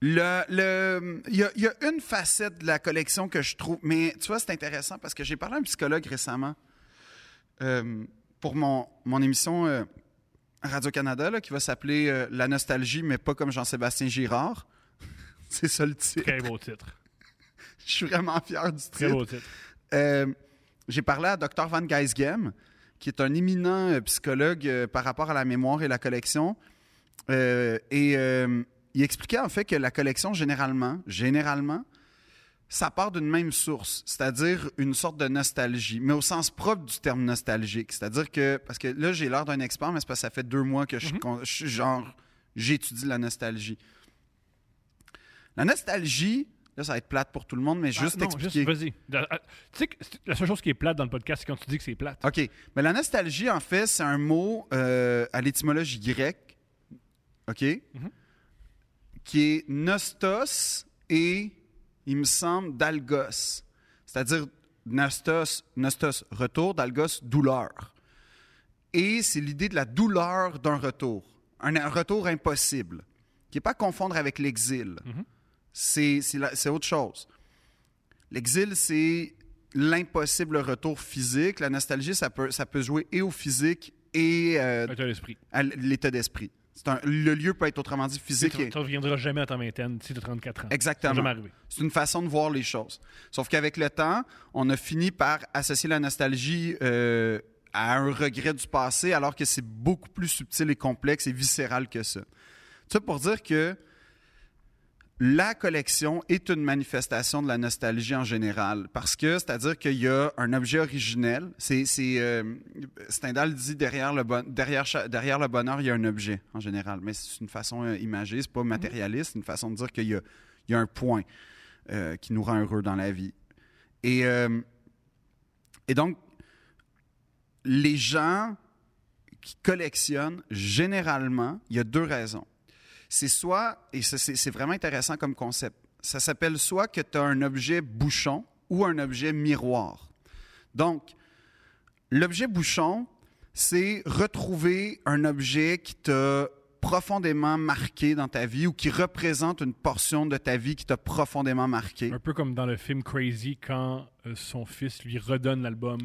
Speaker 1: Le, le- il, y a, il y a une facette de la collection que je trouve. Mais tu vois, c'est intéressant parce que j'ai parlé à un psychologue récemment euh, pour mon, mon émission euh, Radio-Canada là, qui va s'appeler euh, La nostalgie, mais pas comme Jean-Sébastien Girard. c'est ça le titre.
Speaker 2: Très beau titre.
Speaker 1: Je suis vraiment fier du
Speaker 2: Très
Speaker 1: titre.
Speaker 2: beau titre.
Speaker 1: Euh, J'ai parlé à Dr. Van Geisgem, qui est un éminent euh, psychologue euh, par rapport à la mémoire et la collection. Euh, et euh, il expliquait en fait que la collection, généralement, généralement, ça part d'une même source, c'est-à-dire une sorte de nostalgie, mais au sens propre du terme nostalgique. C'est-à-dire que, parce que là, j'ai l'air d'un expert, mais c'est parce que ça fait deux mois que je,
Speaker 2: Mhm.
Speaker 1: suis con- je suis genre, j'étudie la nostalgie. La nostalgie, là, ça va être plate pour tout le monde, mais juste
Speaker 2: Ah, non,
Speaker 1: expliquer.
Speaker 2: Vas-y. Da- ah, Tu sais que c'est- la seule chose qui est plate dans le podcast, c'est quand tu dis que c'est plate.
Speaker 1: OK. Mais la nostalgie, en fait, c'est un mot euh, à l'étymologie grecque, OK, qui est nostos et, il me semble, dalgos. C'est-à-dire nostos, nostos, retour, dalgos, douleur. Et c'est l'idée de la douleur d'un retour, un, un retour impossible, qui n'est pas à confondre avec l'exil. C'est- c'est la- c'est autre chose. L'exil, c'est l'impossible retour physique. La nostalgie, ça peut, ça peut jouer et au physique et euh,
Speaker 2: Mais T'as l'esprit.
Speaker 1: à l'état d'esprit. C'est un- le lieu peut être autrement dit
Speaker 2: Tu
Speaker 1: physique. et-
Speaker 2: ne reviendras jamais à ta vingtaine si tu as 34 ans. Ça va jamais
Speaker 1: Exactement.
Speaker 2: arriver.
Speaker 1: C'est une façon de voir les choses. Sauf qu'avec le temps, on a fini par associer la nostalgie euh, à un regret du passé, alors que c'est beaucoup plus subtil et complexe et viscéral que ça. Ça pour dire que la collection est une manifestation de la nostalgie en général, parce que c'est-à-dire qu'il y a un objet originel. C'est, c'est, euh, Stendhal dit derrière le, bon- derrière, cha- derrière le bonheur, il y a un objet en général, mais c'est une façon euh, imagée, c'est pas matérialiste, c'est une façon de dire qu'il y a, il y a un point euh, qui nous rend heureux dans la vie. Et, euh, et donc, les gens qui collectionnent, généralement, il y a deux raisons. C'est soit, et ça, c'est c'est vraiment intéressant comme concept, ça s'appelle soit que tu as un objet bouchon ou un objet miroir. Donc, l'objet bouchon, c'est retrouver un objet qui t'a profondément marqué dans ta vie ou qui représente une portion de ta vie qui t'a profondément marqué.
Speaker 2: Un peu comme dans le film Crazy quand euh, son fils lui redonne l'album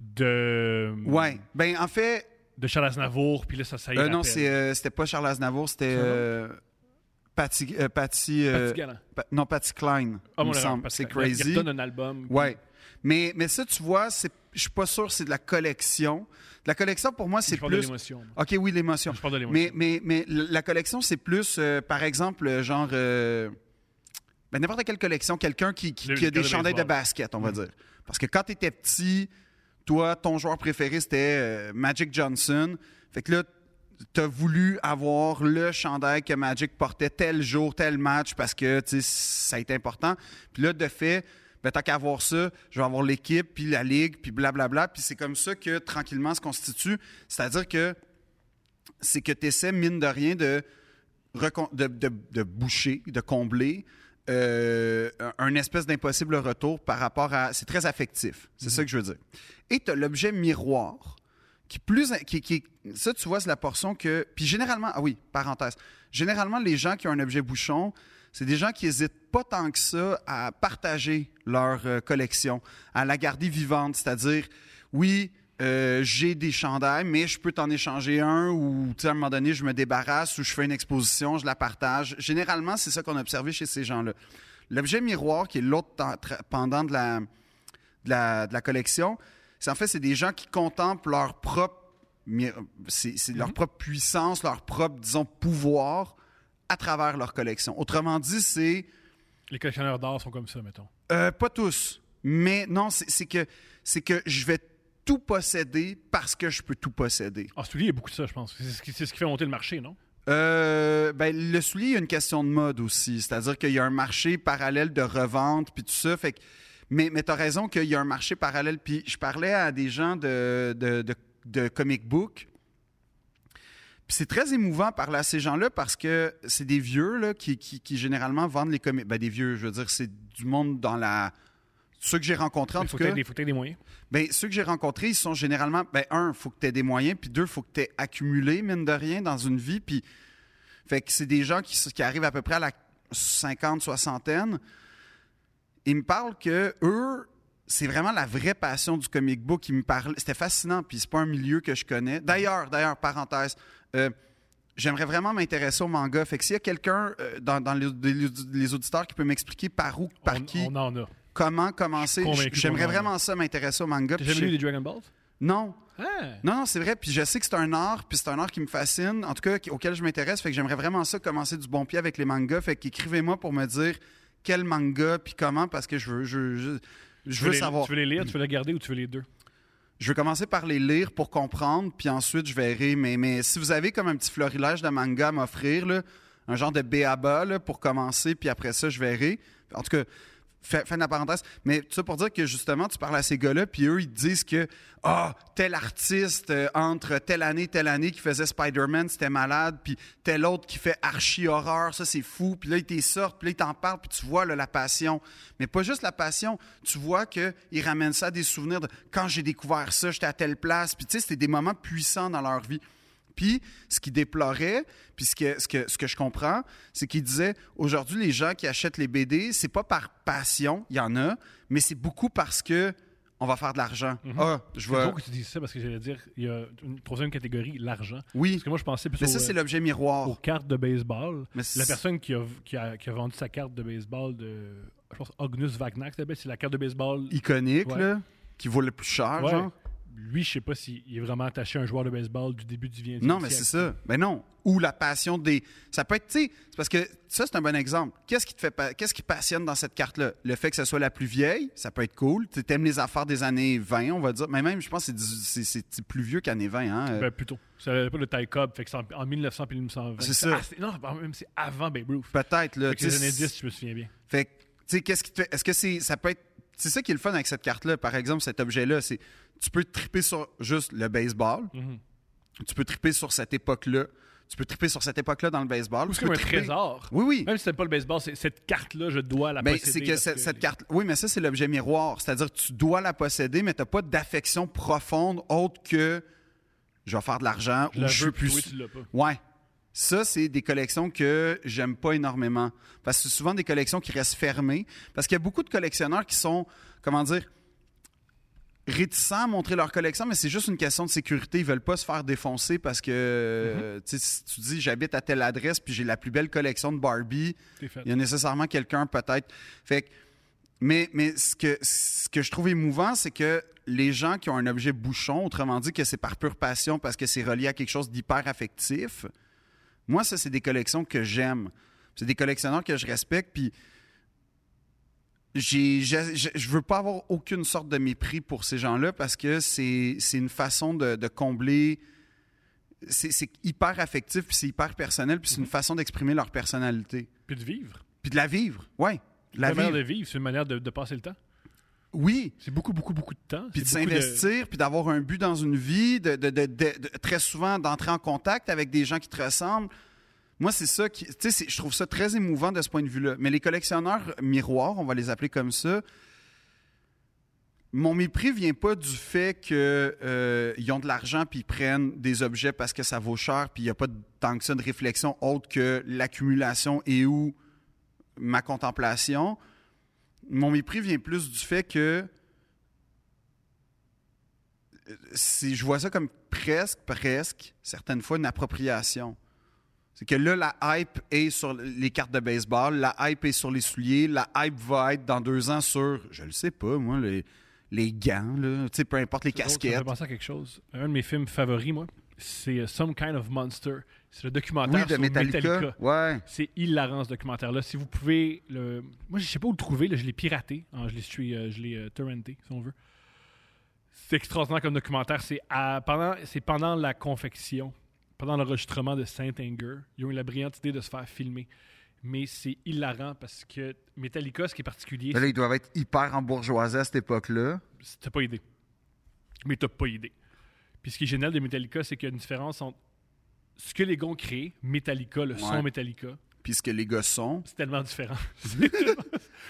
Speaker 2: de,
Speaker 1: Ouais. Ben, en fait,
Speaker 2: de Charles Aznavour, puis là, ça, ça y
Speaker 1: euh, non,
Speaker 2: rappelle.
Speaker 1: c'est, euh, c'était pas Charles Aznavour, c'était
Speaker 2: C'est un
Speaker 1: euh,
Speaker 2: autre.
Speaker 1: Patty, euh, Patty, euh,
Speaker 2: Patty Galland.
Speaker 1: Pa- non, Patty Klein,
Speaker 2: hein. Ah,
Speaker 1: il
Speaker 2: mon
Speaker 1: me
Speaker 2: erreur,
Speaker 1: semble.
Speaker 2: parce
Speaker 1: C'est
Speaker 2: que il- Il
Speaker 1: crazy.
Speaker 2: redonne un album.
Speaker 1: Ouais. Mais, mais ça, tu vois, c'est, je suis pas sûr que c'est de la collection. De la collection, pour moi, c'est
Speaker 2: Je parle de
Speaker 1: plus.
Speaker 2: l'émotion.
Speaker 1: OK, oui, l'émotion.
Speaker 2: Je parle de
Speaker 1: Mais,
Speaker 2: l'émotion.
Speaker 1: mais, mais l- la collection, c'est plus, euh, par exemple, euh, genre. euh, ben, n'importe quelle collection, quelqu'un qui, qui-
Speaker 2: Le-
Speaker 1: qui a
Speaker 2: le
Speaker 1: des
Speaker 2: de
Speaker 1: chandails de
Speaker 2: baseball.
Speaker 1: basket, on va dire. Parce que quand tu étais petit, Toi, ton joueur préféré, c'était euh, Magic Johnson. Fait que là, t'as voulu avoir le chandail que Magic portait tel jour, tel match, parce que tu sais, ça a été important. Puis là, de fait, ben, tant qu'à avoir ça, je vais avoir l'équipe, puis la ligue, puis blablabla. Puis c'est comme ça que tranquillement se constitue. C'est-à-dire que c'est que tu essaies, mine de rien, de, recon- de, de- de boucher, de combler euh, un une espèce d'impossible retour par rapport à. C'est très affectif, c'est ça que je veux dire. Et tu as l'objet miroir qui plus qui, qui- ça tu vois c'est la portion que puis généralement ah oui parenthèse généralement les gens qui ont un objet bouchon c'est des gens qui hésitent pas tant que ça à partager leur euh, collection à la garder vivante c'est-à-dire oui euh, j'ai des chandails mais je peux t'en échanger un ou tu sais, à un moment donné je me débarrasse ou je fais une exposition je la partage généralement c'est ça qu'on a observé chez ces gens là l'objet miroir qui est l'autre tra- tra- pendant de la de la, de la collection, c'est en fait, c'est des gens qui contemplent leur propre, mi- c'est, c'est leur propre puissance, leur propre, disons, pouvoir à travers leur collection. Autrement dit, c'est
Speaker 2: Les collectionneurs d'art sont comme ça, mettons.
Speaker 1: euh, pas tous, mais non, c'est, c'est que, c'est que je vais tout posséder parce que je peux tout posséder.
Speaker 2: En soulier, il y a Ah, beaucoup de ça, je pense. C'est ce, qui, c'est ce qui fait monter le marché, non?
Speaker 1: Euh, ben, le soulier, il y a une question de mode aussi. C'est-à-dire qu'il y a un marché parallèle de revente, puis tout ça. Fait que- mais mais tu as raison qu'il y a un marché parallèle. Puis je parlais à des gens de, de, de, de comic book. Puis c'est très émouvant de parler à ces gens-là parce que c'est des vieux là, qui, qui, qui généralement vendent les comics. Ben, des vieux, je veux dire, c'est du monde dans la. Ceux que j'ai rencontrés, en
Speaker 2: Il
Speaker 1: tout
Speaker 2: faut
Speaker 1: cas.
Speaker 2: peut-être des, faut que t'aies des moyens.
Speaker 1: Ben, ceux que j'ai rencontrés, ils sont généralement, ben, un, faut que tu aies des moyens, puis deux, faut que tu aies accumulé, mine de rien, dans une vie. Puis, fait que c'est des gens qui, s- qui arrivent à peu près à la 50, soixantaine. Ils me parlent que eux, c'est vraiment la vraie passion du comic book. Ils me parlent. C'était fascinant, puis c'est pas un milieu que je connais. D'ailleurs, d'ailleurs, parenthèse, euh, j'aimerais vraiment m'intéresser au manga. Fait que s'il y a quelqu'un euh, dans, dans les, les- les auditeurs qui peut m'expliquer par où, par
Speaker 2: on,
Speaker 1: qui,
Speaker 2: on en a.
Speaker 1: comment commencer,
Speaker 2: Je suis convaincu
Speaker 1: j'aimerais
Speaker 2: qu'on en a.
Speaker 1: vraiment ça m'intéresser au manga.
Speaker 2: T'as
Speaker 1: puis
Speaker 2: jamais lu
Speaker 1: je-
Speaker 2: des Dragon Balls?
Speaker 1: non,
Speaker 2: Ah!
Speaker 1: non, non, c'est vrai. Puis je sais que c'est un art, puis c'est un art qui me fascine, en tout cas qui- auquel je m'intéresse. Fait que j'aimerais vraiment ça commencer du bon pied avec les mangas. Fait qu'écrivez-moi pour me dire quel manga puis comment, parce que je veux, je, je- je
Speaker 2: Tu
Speaker 1: veux
Speaker 2: les-
Speaker 1: savoir.
Speaker 2: Tu veux les lire, tu veux les garder ou tu veux les deux?
Speaker 1: Je veux commencer par les lire pour comprendre, puis ensuite je verrai. Mais, mais si vous avez comme un petit florilège de manga à m'offrir, là, un genre de béaba là, pour commencer, puis après ça, je verrai. En tout cas, fa- fin de la parenthèse. Mais tout ça pour dire que justement, tu parles à ces gars-là, puis eux, ils te disent que Ah, tel artiste euh, entre telle année, telle année qui faisait Spider-Man, c'était malade, puis tel autre qui fait archi-horreur, ça c'est fou. Puis là, ils t'y sortent, puis là, ils t'en parlent, puis tu vois là, la passion. Mais pas juste la passion, tu vois qu'ils ramènent ça à des souvenirs de quand j'ai découvert ça, j'étais à telle place. Puis tu sais, c'était des moments puissants dans leur vie. Puis, ce qu'ils déploraient, puis ce que, ce, que, ce que je comprends, c'est qu'ils disaient aujourd'hui, les gens qui achètent les BD, c'est pas par passion, il y en a, mais c'est beaucoup parce que on va faire de l'argent. Ah, je
Speaker 2: C'est
Speaker 1: vais.
Speaker 2: drôle que tu dises ça parce que j'allais dire, il y a une troisième catégorie, l'argent.
Speaker 1: Oui.
Speaker 2: Parce que moi, je pensais plus
Speaker 1: Mais
Speaker 2: au,
Speaker 1: ça, c'est
Speaker 2: euh,
Speaker 1: l'objet miroir.
Speaker 2: aux cartes de baseball.
Speaker 1: Mais
Speaker 2: La
Speaker 1: c'est-
Speaker 2: personne qui a, qui, a, qui a vendu sa carte de baseball de. Je pense Agnus Wagner, c'est c'est la carte de baseball.
Speaker 1: iconique,
Speaker 2: Ouais.
Speaker 1: là, qui vaut le plus cher,
Speaker 2: Ouais.
Speaker 1: genre.
Speaker 2: Lui, je sais pas s'il est vraiment attaché à un joueur de baseball du début du 20e
Speaker 1: Non, mais c'est
Speaker 2: siècle.
Speaker 1: ça. Mais non. Ou la passion des. Ça peut être, tu sais, c'est parce que ça, c'est un bon exemple. Qu'est-ce qui te fait pa- qu'est-ce qui te passionne dans cette carte-là? Le fait que ce soit la plus vieille, ça peut être cool. Tu aimes les affaires des années 20, on va dire. Mais même, je pense que c'est dix- c'est c'est- c'est plus vieux qu'années 20, hein? euh.
Speaker 2: Ben, plutôt. C'est pas le Ty Cobb, fait que c'est en, en 1900 puis 1920.
Speaker 1: C'est ça.
Speaker 2: Ah, c'est- non, c'est- même c'est avant Babe Ruth.
Speaker 1: Peut-être, là.
Speaker 2: Fait que
Speaker 1: tu
Speaker 2: les
Speaker 1: sais,
Speaker 2: années 10, je me souviens bien.
Speaker 1: Fait que, tu sais, qu'est-ce qui te fait- Est-ce que c'est. Ça peut être. C'est ça qui est le fun avec cette carte-là, par exemple, cet objet-là. C'est. Tu peux triper sur juste le baseball.
Speaker 2: Mhm.
Speaker 1: Tu peux triper sur cette époque-là. Tu peux triper sur cette époque-là dans le baseball.
Speaker 2: C'est
Speaker 1: Tu peux
Speaker 2: comme un
Speaker 1: triper-
Speaker 2: trésor.
Speaker 1: Oui, oui.
Speaker 2: Même si c'est pas le baseball, c'est- cette carte-là, je dois la
Speaker 1: Ben,
Speaker 2: posséder.
Speaker 1: c'est que,
Speaker 2: parce
Speaker 1: cette, cette
Speaker 2: les-
Speaker 1: carte. Oui, mais ça, c'est l'objet miroir. C'est-à-dire que tu dois la posséder, mais tu n'as pas d'affection profonde autre que je vais faire de l'argent
Speaker 2: Je
Speaker 1: ou
Speaker 2: la
Speaker 1: je
Speaker 2: veux,
Speaker 1: suis
Speaker 2: puis
Speaker 1: plus.
Speaker 2: toi, tu l'as pas.
Speaker 1: Ouais. Ça, c'est des collections que j'aime pas énormément. Parce que c'est souvent des collections qui restent fermées. Parce qu'il y a beaucoup de collectionneurs qui sont, comment dire, réticents à montrer leur collection, mais c'est juste une question de sécurité. Ils veulent pas se faire défoncer parce que, euh, tu sais, si tu dis j'habite à telle adresse puis j'ai la plus belle collection de Barbie,
Speaker 2: T'es fait.
Speaker 1: il y a nécessairement quelqu'un, peut-être. Fait que- mais, mais ce, que, ce que je trouve émouvant, c'est que les gens qui ont un objet bouchon, autrement dit que c'est par pure passion parce que c'est relié à quelque chose d'hyper affectif, moi, ça, c'est des collections que j'aime. C'est des collectionneurs que je respecte, puis j'ai- j'ai- j'ai- je veux pas avoir aucune sorte de mépris pour ces gens-là parce que c'est c'est une façon de, de combler. C'est c'est hyper affectif, puis c'est hyper personnel, puis c'est une façon d'exprimer leur personnalité.
Speaker 2: Puis de vivre.
Speaker 1: Puis de la vivre, ouais. de
Speaker 2: C'est
Speaker 1: La
Speaker 2: une manière
Speaker 1: vivre.
Speaker 2: de vivre, c'est une manière de, de passer le temps.
Speaker 1: Oui.
Speaker 2: C'est beaucoup, beaucoup, beaucoup de temps.
Speaker 1: Puis de
Speaker 2: C'est beaucoup
Speaker 1: s'investir, puis d'avoir un but dans une vie, de, de- de- de- de- très souvent d'entrer en contact avec des gens qui te ressemblent. Moi, c'est ça qui. Tu sais, c'est- je trouve ça très émouvant de ce point de vue-là. Mais les collectionneurs miroirs, on va les appeler comme ça, mon mépris vient pas du fait qu'ils ont de l'argent puis ils prennent des objets parce que ça vaut cher, puis il n'y a pas de- tant que ça de réflexion autre que l'accumulation et ou ma contemplation. Mon mépris vient plus du fait que c'est- je vois ça comme presque, presque, certaines fois, une appropriation. C'est que là, la hype est sur les cartes de baseball, la hype est sur les souliers, la hype va être dans deux ans sur, je le sais pas, moi, les, les gants, là, tu sais, peu importe les
Speaker 2: de- Ça me
Speaker 1: casquettes.
Speaker 2: fait penser à quelque chose. Un de mes films favoris, moi, c'est euh, Some Kind of Monster. C'est le documentaire
Speaker 1: Oui, de
Speaker 2: sur
Speaker 1: Metallica.
Speaker 2: Metallica.
Speaker 1: Ouais.
Speaker 2: C'est hilarant ce documentaire-là. Si vous pouvez. Le... Moi, je sais pas où le trouver. là, je l'ai piraté. Ah, je l'ai stream- euh, je l'ai euh, torrenté, si on veut. C'est extraordinaire comme documentaire. C'est à- pendant, c'est pendant la confection, pendant l'enregistrement de Saint Anger, ils ont eu la brillante idée de se faire filmer. Mais c'est hilarant parce que Metallica, ce qui est particulier,
Speaker 1: Mais là, ils doivent être hyper embourgeoisés à cette époque-là.
Speaker 2: c'est- t'as pas idée. Mais t'as pas idée. Puis ce qui est génial de Metallica, c'est qu'il y a une différence entre ce que les gars ont créé, Metallica, le
Speaker 1: Ouais.
Speaker 2: son Metallica,
Speaker 1: Puisque les gars sont.
Speaker 2: c'est tellement différent. C'est tellement-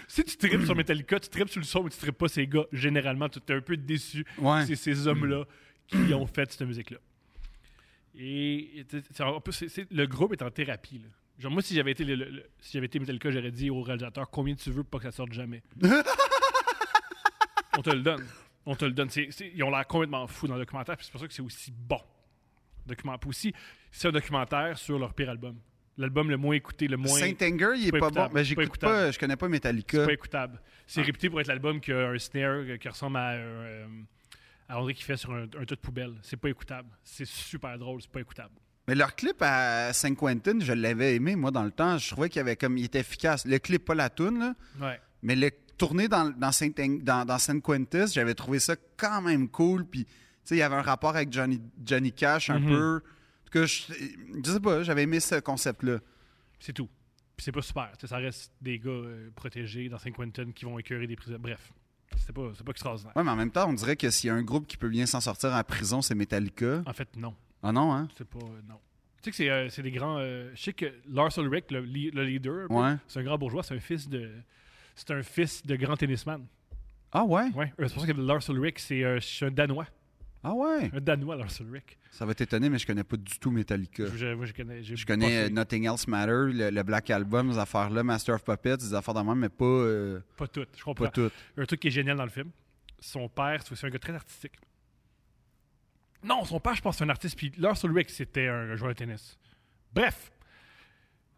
Speaker 2: si tu tripes sur Metallica, tu tripes sur le son, mais tu tripes pas ces gars. Généralement, tu es un peu déçu.
Speaker 1: Ouais.
Speaker 2: C'est ces hommes-là qui ont fait cette musique-là. Et c'est- c'est- en plus, c'est- c'est- le groupe est en thérapie. là. Genre, moi, si j'avais été, le- le- le- si j'avais été Metallica, j'aurais dit au réalisateur combien tu veux pour pas que ça sorte jamais. On te le donne. On te le donne. C'est- c'est- ils ont l'air complètement fous dans le documentaire, puis c'est pour ça que c'est aussi bon. Document, puis aussi, c'est un documentaire sur leur pire album. L'album le moins écouté, le moins.
Speaker 1: Saint Anger, il est
Speaker 2: pas
Speaker 1: pas, bon.
Speaker 2: écoutable.
Speaker 1: Mais
Speaker 2: Pas
Speaker 1: j'écoute
Speaker 2: écoutable.
Speaker 1: pas, je connais pas Metallica.
Speaker 2: C'est pas écoutable. C'est réputé pour être l'album qui a un snare euh, qui ressemble à, euh, à André qui fait sur un, un tas de poubelle. C'est pas écoutable. C'est super drôle, c'est pas écoutable.
Speaker 1: Mais leur clip à Saint Quentin, je l'avais aimé, moi, dans le temps. Je trouvais qu'il y avait comme. Il était efficace. Le clip, pas la toune, là.
Speaker 2: Ouais.
Speaker 1: Mais le tourner dans, dans, Saint, dans, dans San Quentin, j'avais trouvé ça quand même cool. Puis, tu sais, il y avait un rapport avec Johnny, Johnny Cash un
Speaker 2: Mhm.
Speaker 1: peu. En tout cas, je, je sais pas, j'avais aimé ce concept-là.
Speaker 2: C'est tout. Puis c'est pas super. Tu sais, ça reste des gars euh, protégés dans Saint-Quentin qui vont écœurer des prisonniers. Bref, c'est pas, c'est pas extraordinaire.
Speaker 1: Ouais, mais en même temps, on dirait que s'il y a un groupe qui peut bien s'en sortir en prison, c'est Metallica.
Speaker 2: En fait, non.
Speaker 1: Ah non, hein?
Speaker 2: C'est pas. euh, non. Tu sais que c'est, euh, c'est des grands. euh, je sais que Lars Ulrich, le, li- le leader, un peu,
Speaker 1: Ouais.
Speaker 2: c'est un grand bourgeois, c'est un fils de. C'est un fils de grand tennisman.
Speaker 1: Ah ouais?
Speaker 2: Ouais. Euh, C'est pour ça que Lars Ulrich, c'est, euh, c'est un Danois.
Speaker 1: Ah ouais?
Speaker 2: Un Danois, Lars Ulrich.
Speaker 1: Ça va t'étonner, mais je connais pas du tout Metallica.
Speaker 2: Je, je- moi, je connais. j'ai
Speaker 1: Euh, Je
Speaker 2: pas
Speaker 1: connais euh,
Speaker 2: fait-
Speaker 1: Nothing Else Matter, le, le Black Album, ces affaires-là, Master of Puppets, ces affaires de même, mais pas, euh,
Speaker 2: Pas tout. Je comprends.
Speaker 1: pas toutes.
Speaker 2: Un truc qui est génial dans le film, son père, c'est aussi un gars très artistique. Non, son père, je pense, c'est un artiste. Puis Lars Ulrich, c'était un joueur de tennis. Bref,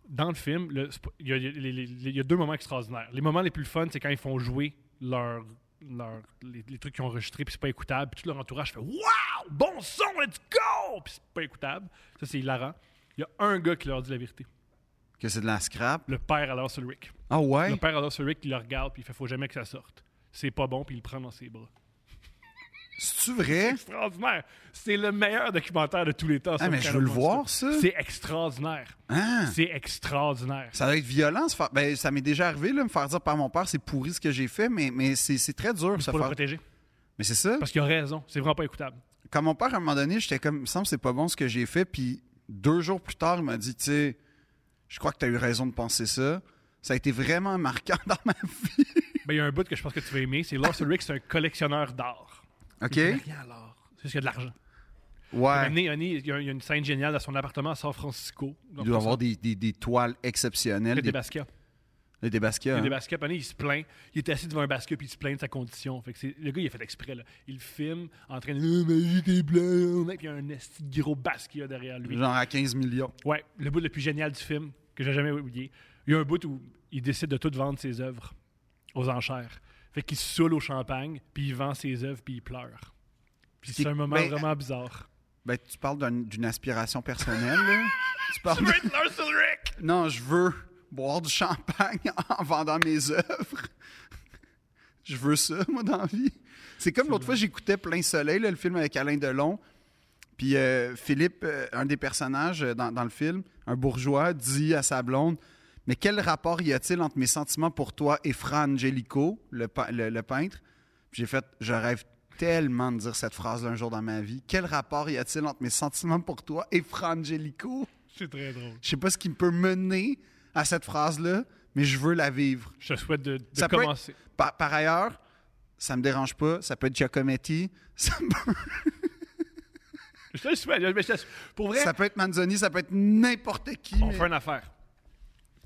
Speaker 2: dans le film, le- c'est pas- il y, a- il y a- les- les- les- il y a deux moments extraordinaires. Les moments les plus fun, c'est quand ils font jouer leur, leur- les, les trucs qu'ils ont enregistrés, puis c'est pas écoutable. Puis tout leur entourage fait Waouh, bon son, let's go! Puis c'est pas écoutable. Ça, c'est hilarant. Il y a un gars qui leur dit la vérité.
Speaker 1: Que c'est de la scrap.
Speaker 2: Le père à Lars Ulrich.
Speaker 1: Ah ouais?
Speaker 2: Le père à Lars Ulrich, il le regarde, puis il fait Faut jamais que ça sorte. C'est pas bon, puis il le prend dans ses bras.
Speaker 1: C'est-tu vrai?
Speaker 2: extraordinaire. C'est le meilleur documentaire de tous les temps.
Speaker 1: Ah,
Speaker 2: sur
Speaker 1: mais je veux le
Speaker 2: Canal
Speaker 1: voir,
Speaker 2: Monster.
Speaker 1: ça.
Speaker 2: C'est extraordinaire.
Speaker 1: Hein?
Speaker 2: C'est extraordinaire.
Speaker 1: Ça doit être violent. se faire- ben, ça m'est déjà arrivé, là, me faire dire par mon père, c'est pourri ce que j'ai fait, mais, mais c'est c'est très dur. se
Speaker 2: Pour le
Speaker 1: faire...
Speaker 2: protéger.
Speaker 1: Mais c'est ça.
Speaker 2: Parce qu'il a raison. C'est vraiment pas écoutable.
Speaker 1: Quand mon père, à un moment donné, j'étais comme, il me semble que c'est pas bon ce que j'ai fait, puis deux jours plus tard, il m'a dit, tu sais, je crois que tu as eu raison de penser ça. Ça a été vraiment marquant dans ma vie.
Speaker 2: Ben, il y a un bout que je pense que tu vas aimer. C'est Lars Ulrich, c'est un collectionneur d'art.
Speaker 1: OK?
Speaker 2: Il connaît rien à l'art. C'est juste qu'il y a de l'argent. Un
Speaker 1: Ouais.
Speaker 2: moment donné, un donné, Il y a il y a une scène géniale dans son appartement à San Francisco.
Speaker 1: Il doit avoir des, des- des toiles exceptionnelles.
Speaker 2: des
Speaker 1: Des,
Speaker 2: baskets.
Speaker 1: des, des baskets.
Speaker 2: Il y a
Speaker 1: hein.
Speaker 2: des baskets, puis il se plaint. Il était assis devant un basket, puis il se plaint de sa condition. Fait que c'est- le gars, il a fait exprès. Là. Il le filme en train de. Ah, mais j'étais blanc. Puis il y a un esti de gros basket derrière lui.
Speaker 1: Genre à 15 millions.
Speaker 2: Ouais, le bout le plus génial du film, que j'ai jamais oublié. Il y a un bout où il décide de tout vendre ses œuvres aux enchères. Fait qu'il se saoule au champagne, puis il vend ses œuvres, puis il pleure. Puis
Speaker 1: C'est-
Speaker 2: c'est un moment
Speaker 1: ben,
Speaker 2: vraiment bizarre.
Speaker 1: Ben, tu parles d'un- d'une aspiration personnelle, là. Tu parles de- Non, je veux boire du champagne en vendant mes œuvres. Je veux ça, moi, dans la vie. C'est comme l'autre fois, j'écoutais Plein Soleil, là, le film avec Alain Delon. Puis euh, Philippe, euh, un des personnages euh, dans, dans le film, un bourgeois, dit à sa blonde Mais quel rapport y a-t-il entre mes sentiments pour toi et Fra Angelico, le, pe- le- le peintre Puis j'ai fait Je rêve tellement de dire cette phrase-là un jour dans ma vie. Quel rapport y a-t-il entre mes sentiments pour toi et Fra Angelico
Speaker 2: C'est très drôle.
Speaker 1: Je sais pas ce qui me peut mener à cette phrase-là, mais je veux la vivre.
Speaker 2: Je te souhaite de, de
Speaker 1: Ça peut être-
Speaker 2: commencer.
Speaker 1: Par, par ailleurs, ça me dérange pas, ça peut être Giacometti, ça peut,
Speaker 2: Je te le souhaite. je- mais je te- Pour vrai,
Speaker 1: ça peut être Manzoni, ça peut être n'importe qui.
Speaker 2: on
Speaker 1: mais-
Speaker 2: fait une affaire.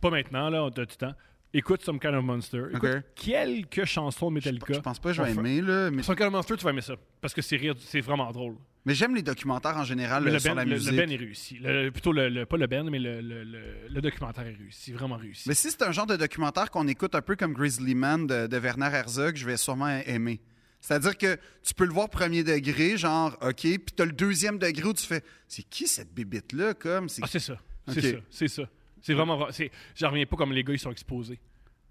Speaker 2: Pas maintenant, là, on a du temps. Écoute Some Kind of Monster. Écoute
Speaker 1: Ok.
Speaker 2: quelques chansons de Metallica.
Speaker 1: Je pense pas que je vais
Speaker 2: On fait-
Speaker 1: aimer, là, mais,
Speaker 2: Some Kind of Monster, tu vas aimer ça. Parce que c'est rire, c'est vraiment drôle.
Speaker 1: mais j'aime les documentaires en général
Speaker 2: Mais
Speaker 1: euh,
Speaker 2: le,
Speaker 1: sur
Speaker 2: ben,
Speaker 1: la
Speaker 2: le- le
Speaker 1: musique.
Speaker 2: Ben est réussi. Le- plutôt, le, le- pas le Ben, mais le, le- le- le documentaire est réussi. Vraiment réussi.
Speaker 1: Mais si c'est un genre de documentaire qu'on écoute un peu comme Grizzly Man de, de Werner Herzog, je vais sûrement aimer. C'est-à-dire que tu peux le voir premier degré, genre, OK, puis t'as le deuxième degré où tu fais, c'est qui cette bébite-là, comme? c'est-
Speaker 2: Ah, c'est ça. C'est
Speaker 1: Ok.
Speaker 2: ça. C'est ça. C'est vraiment. vrai. C'est, j'en reviens pas comme les gars, ils sont exposés.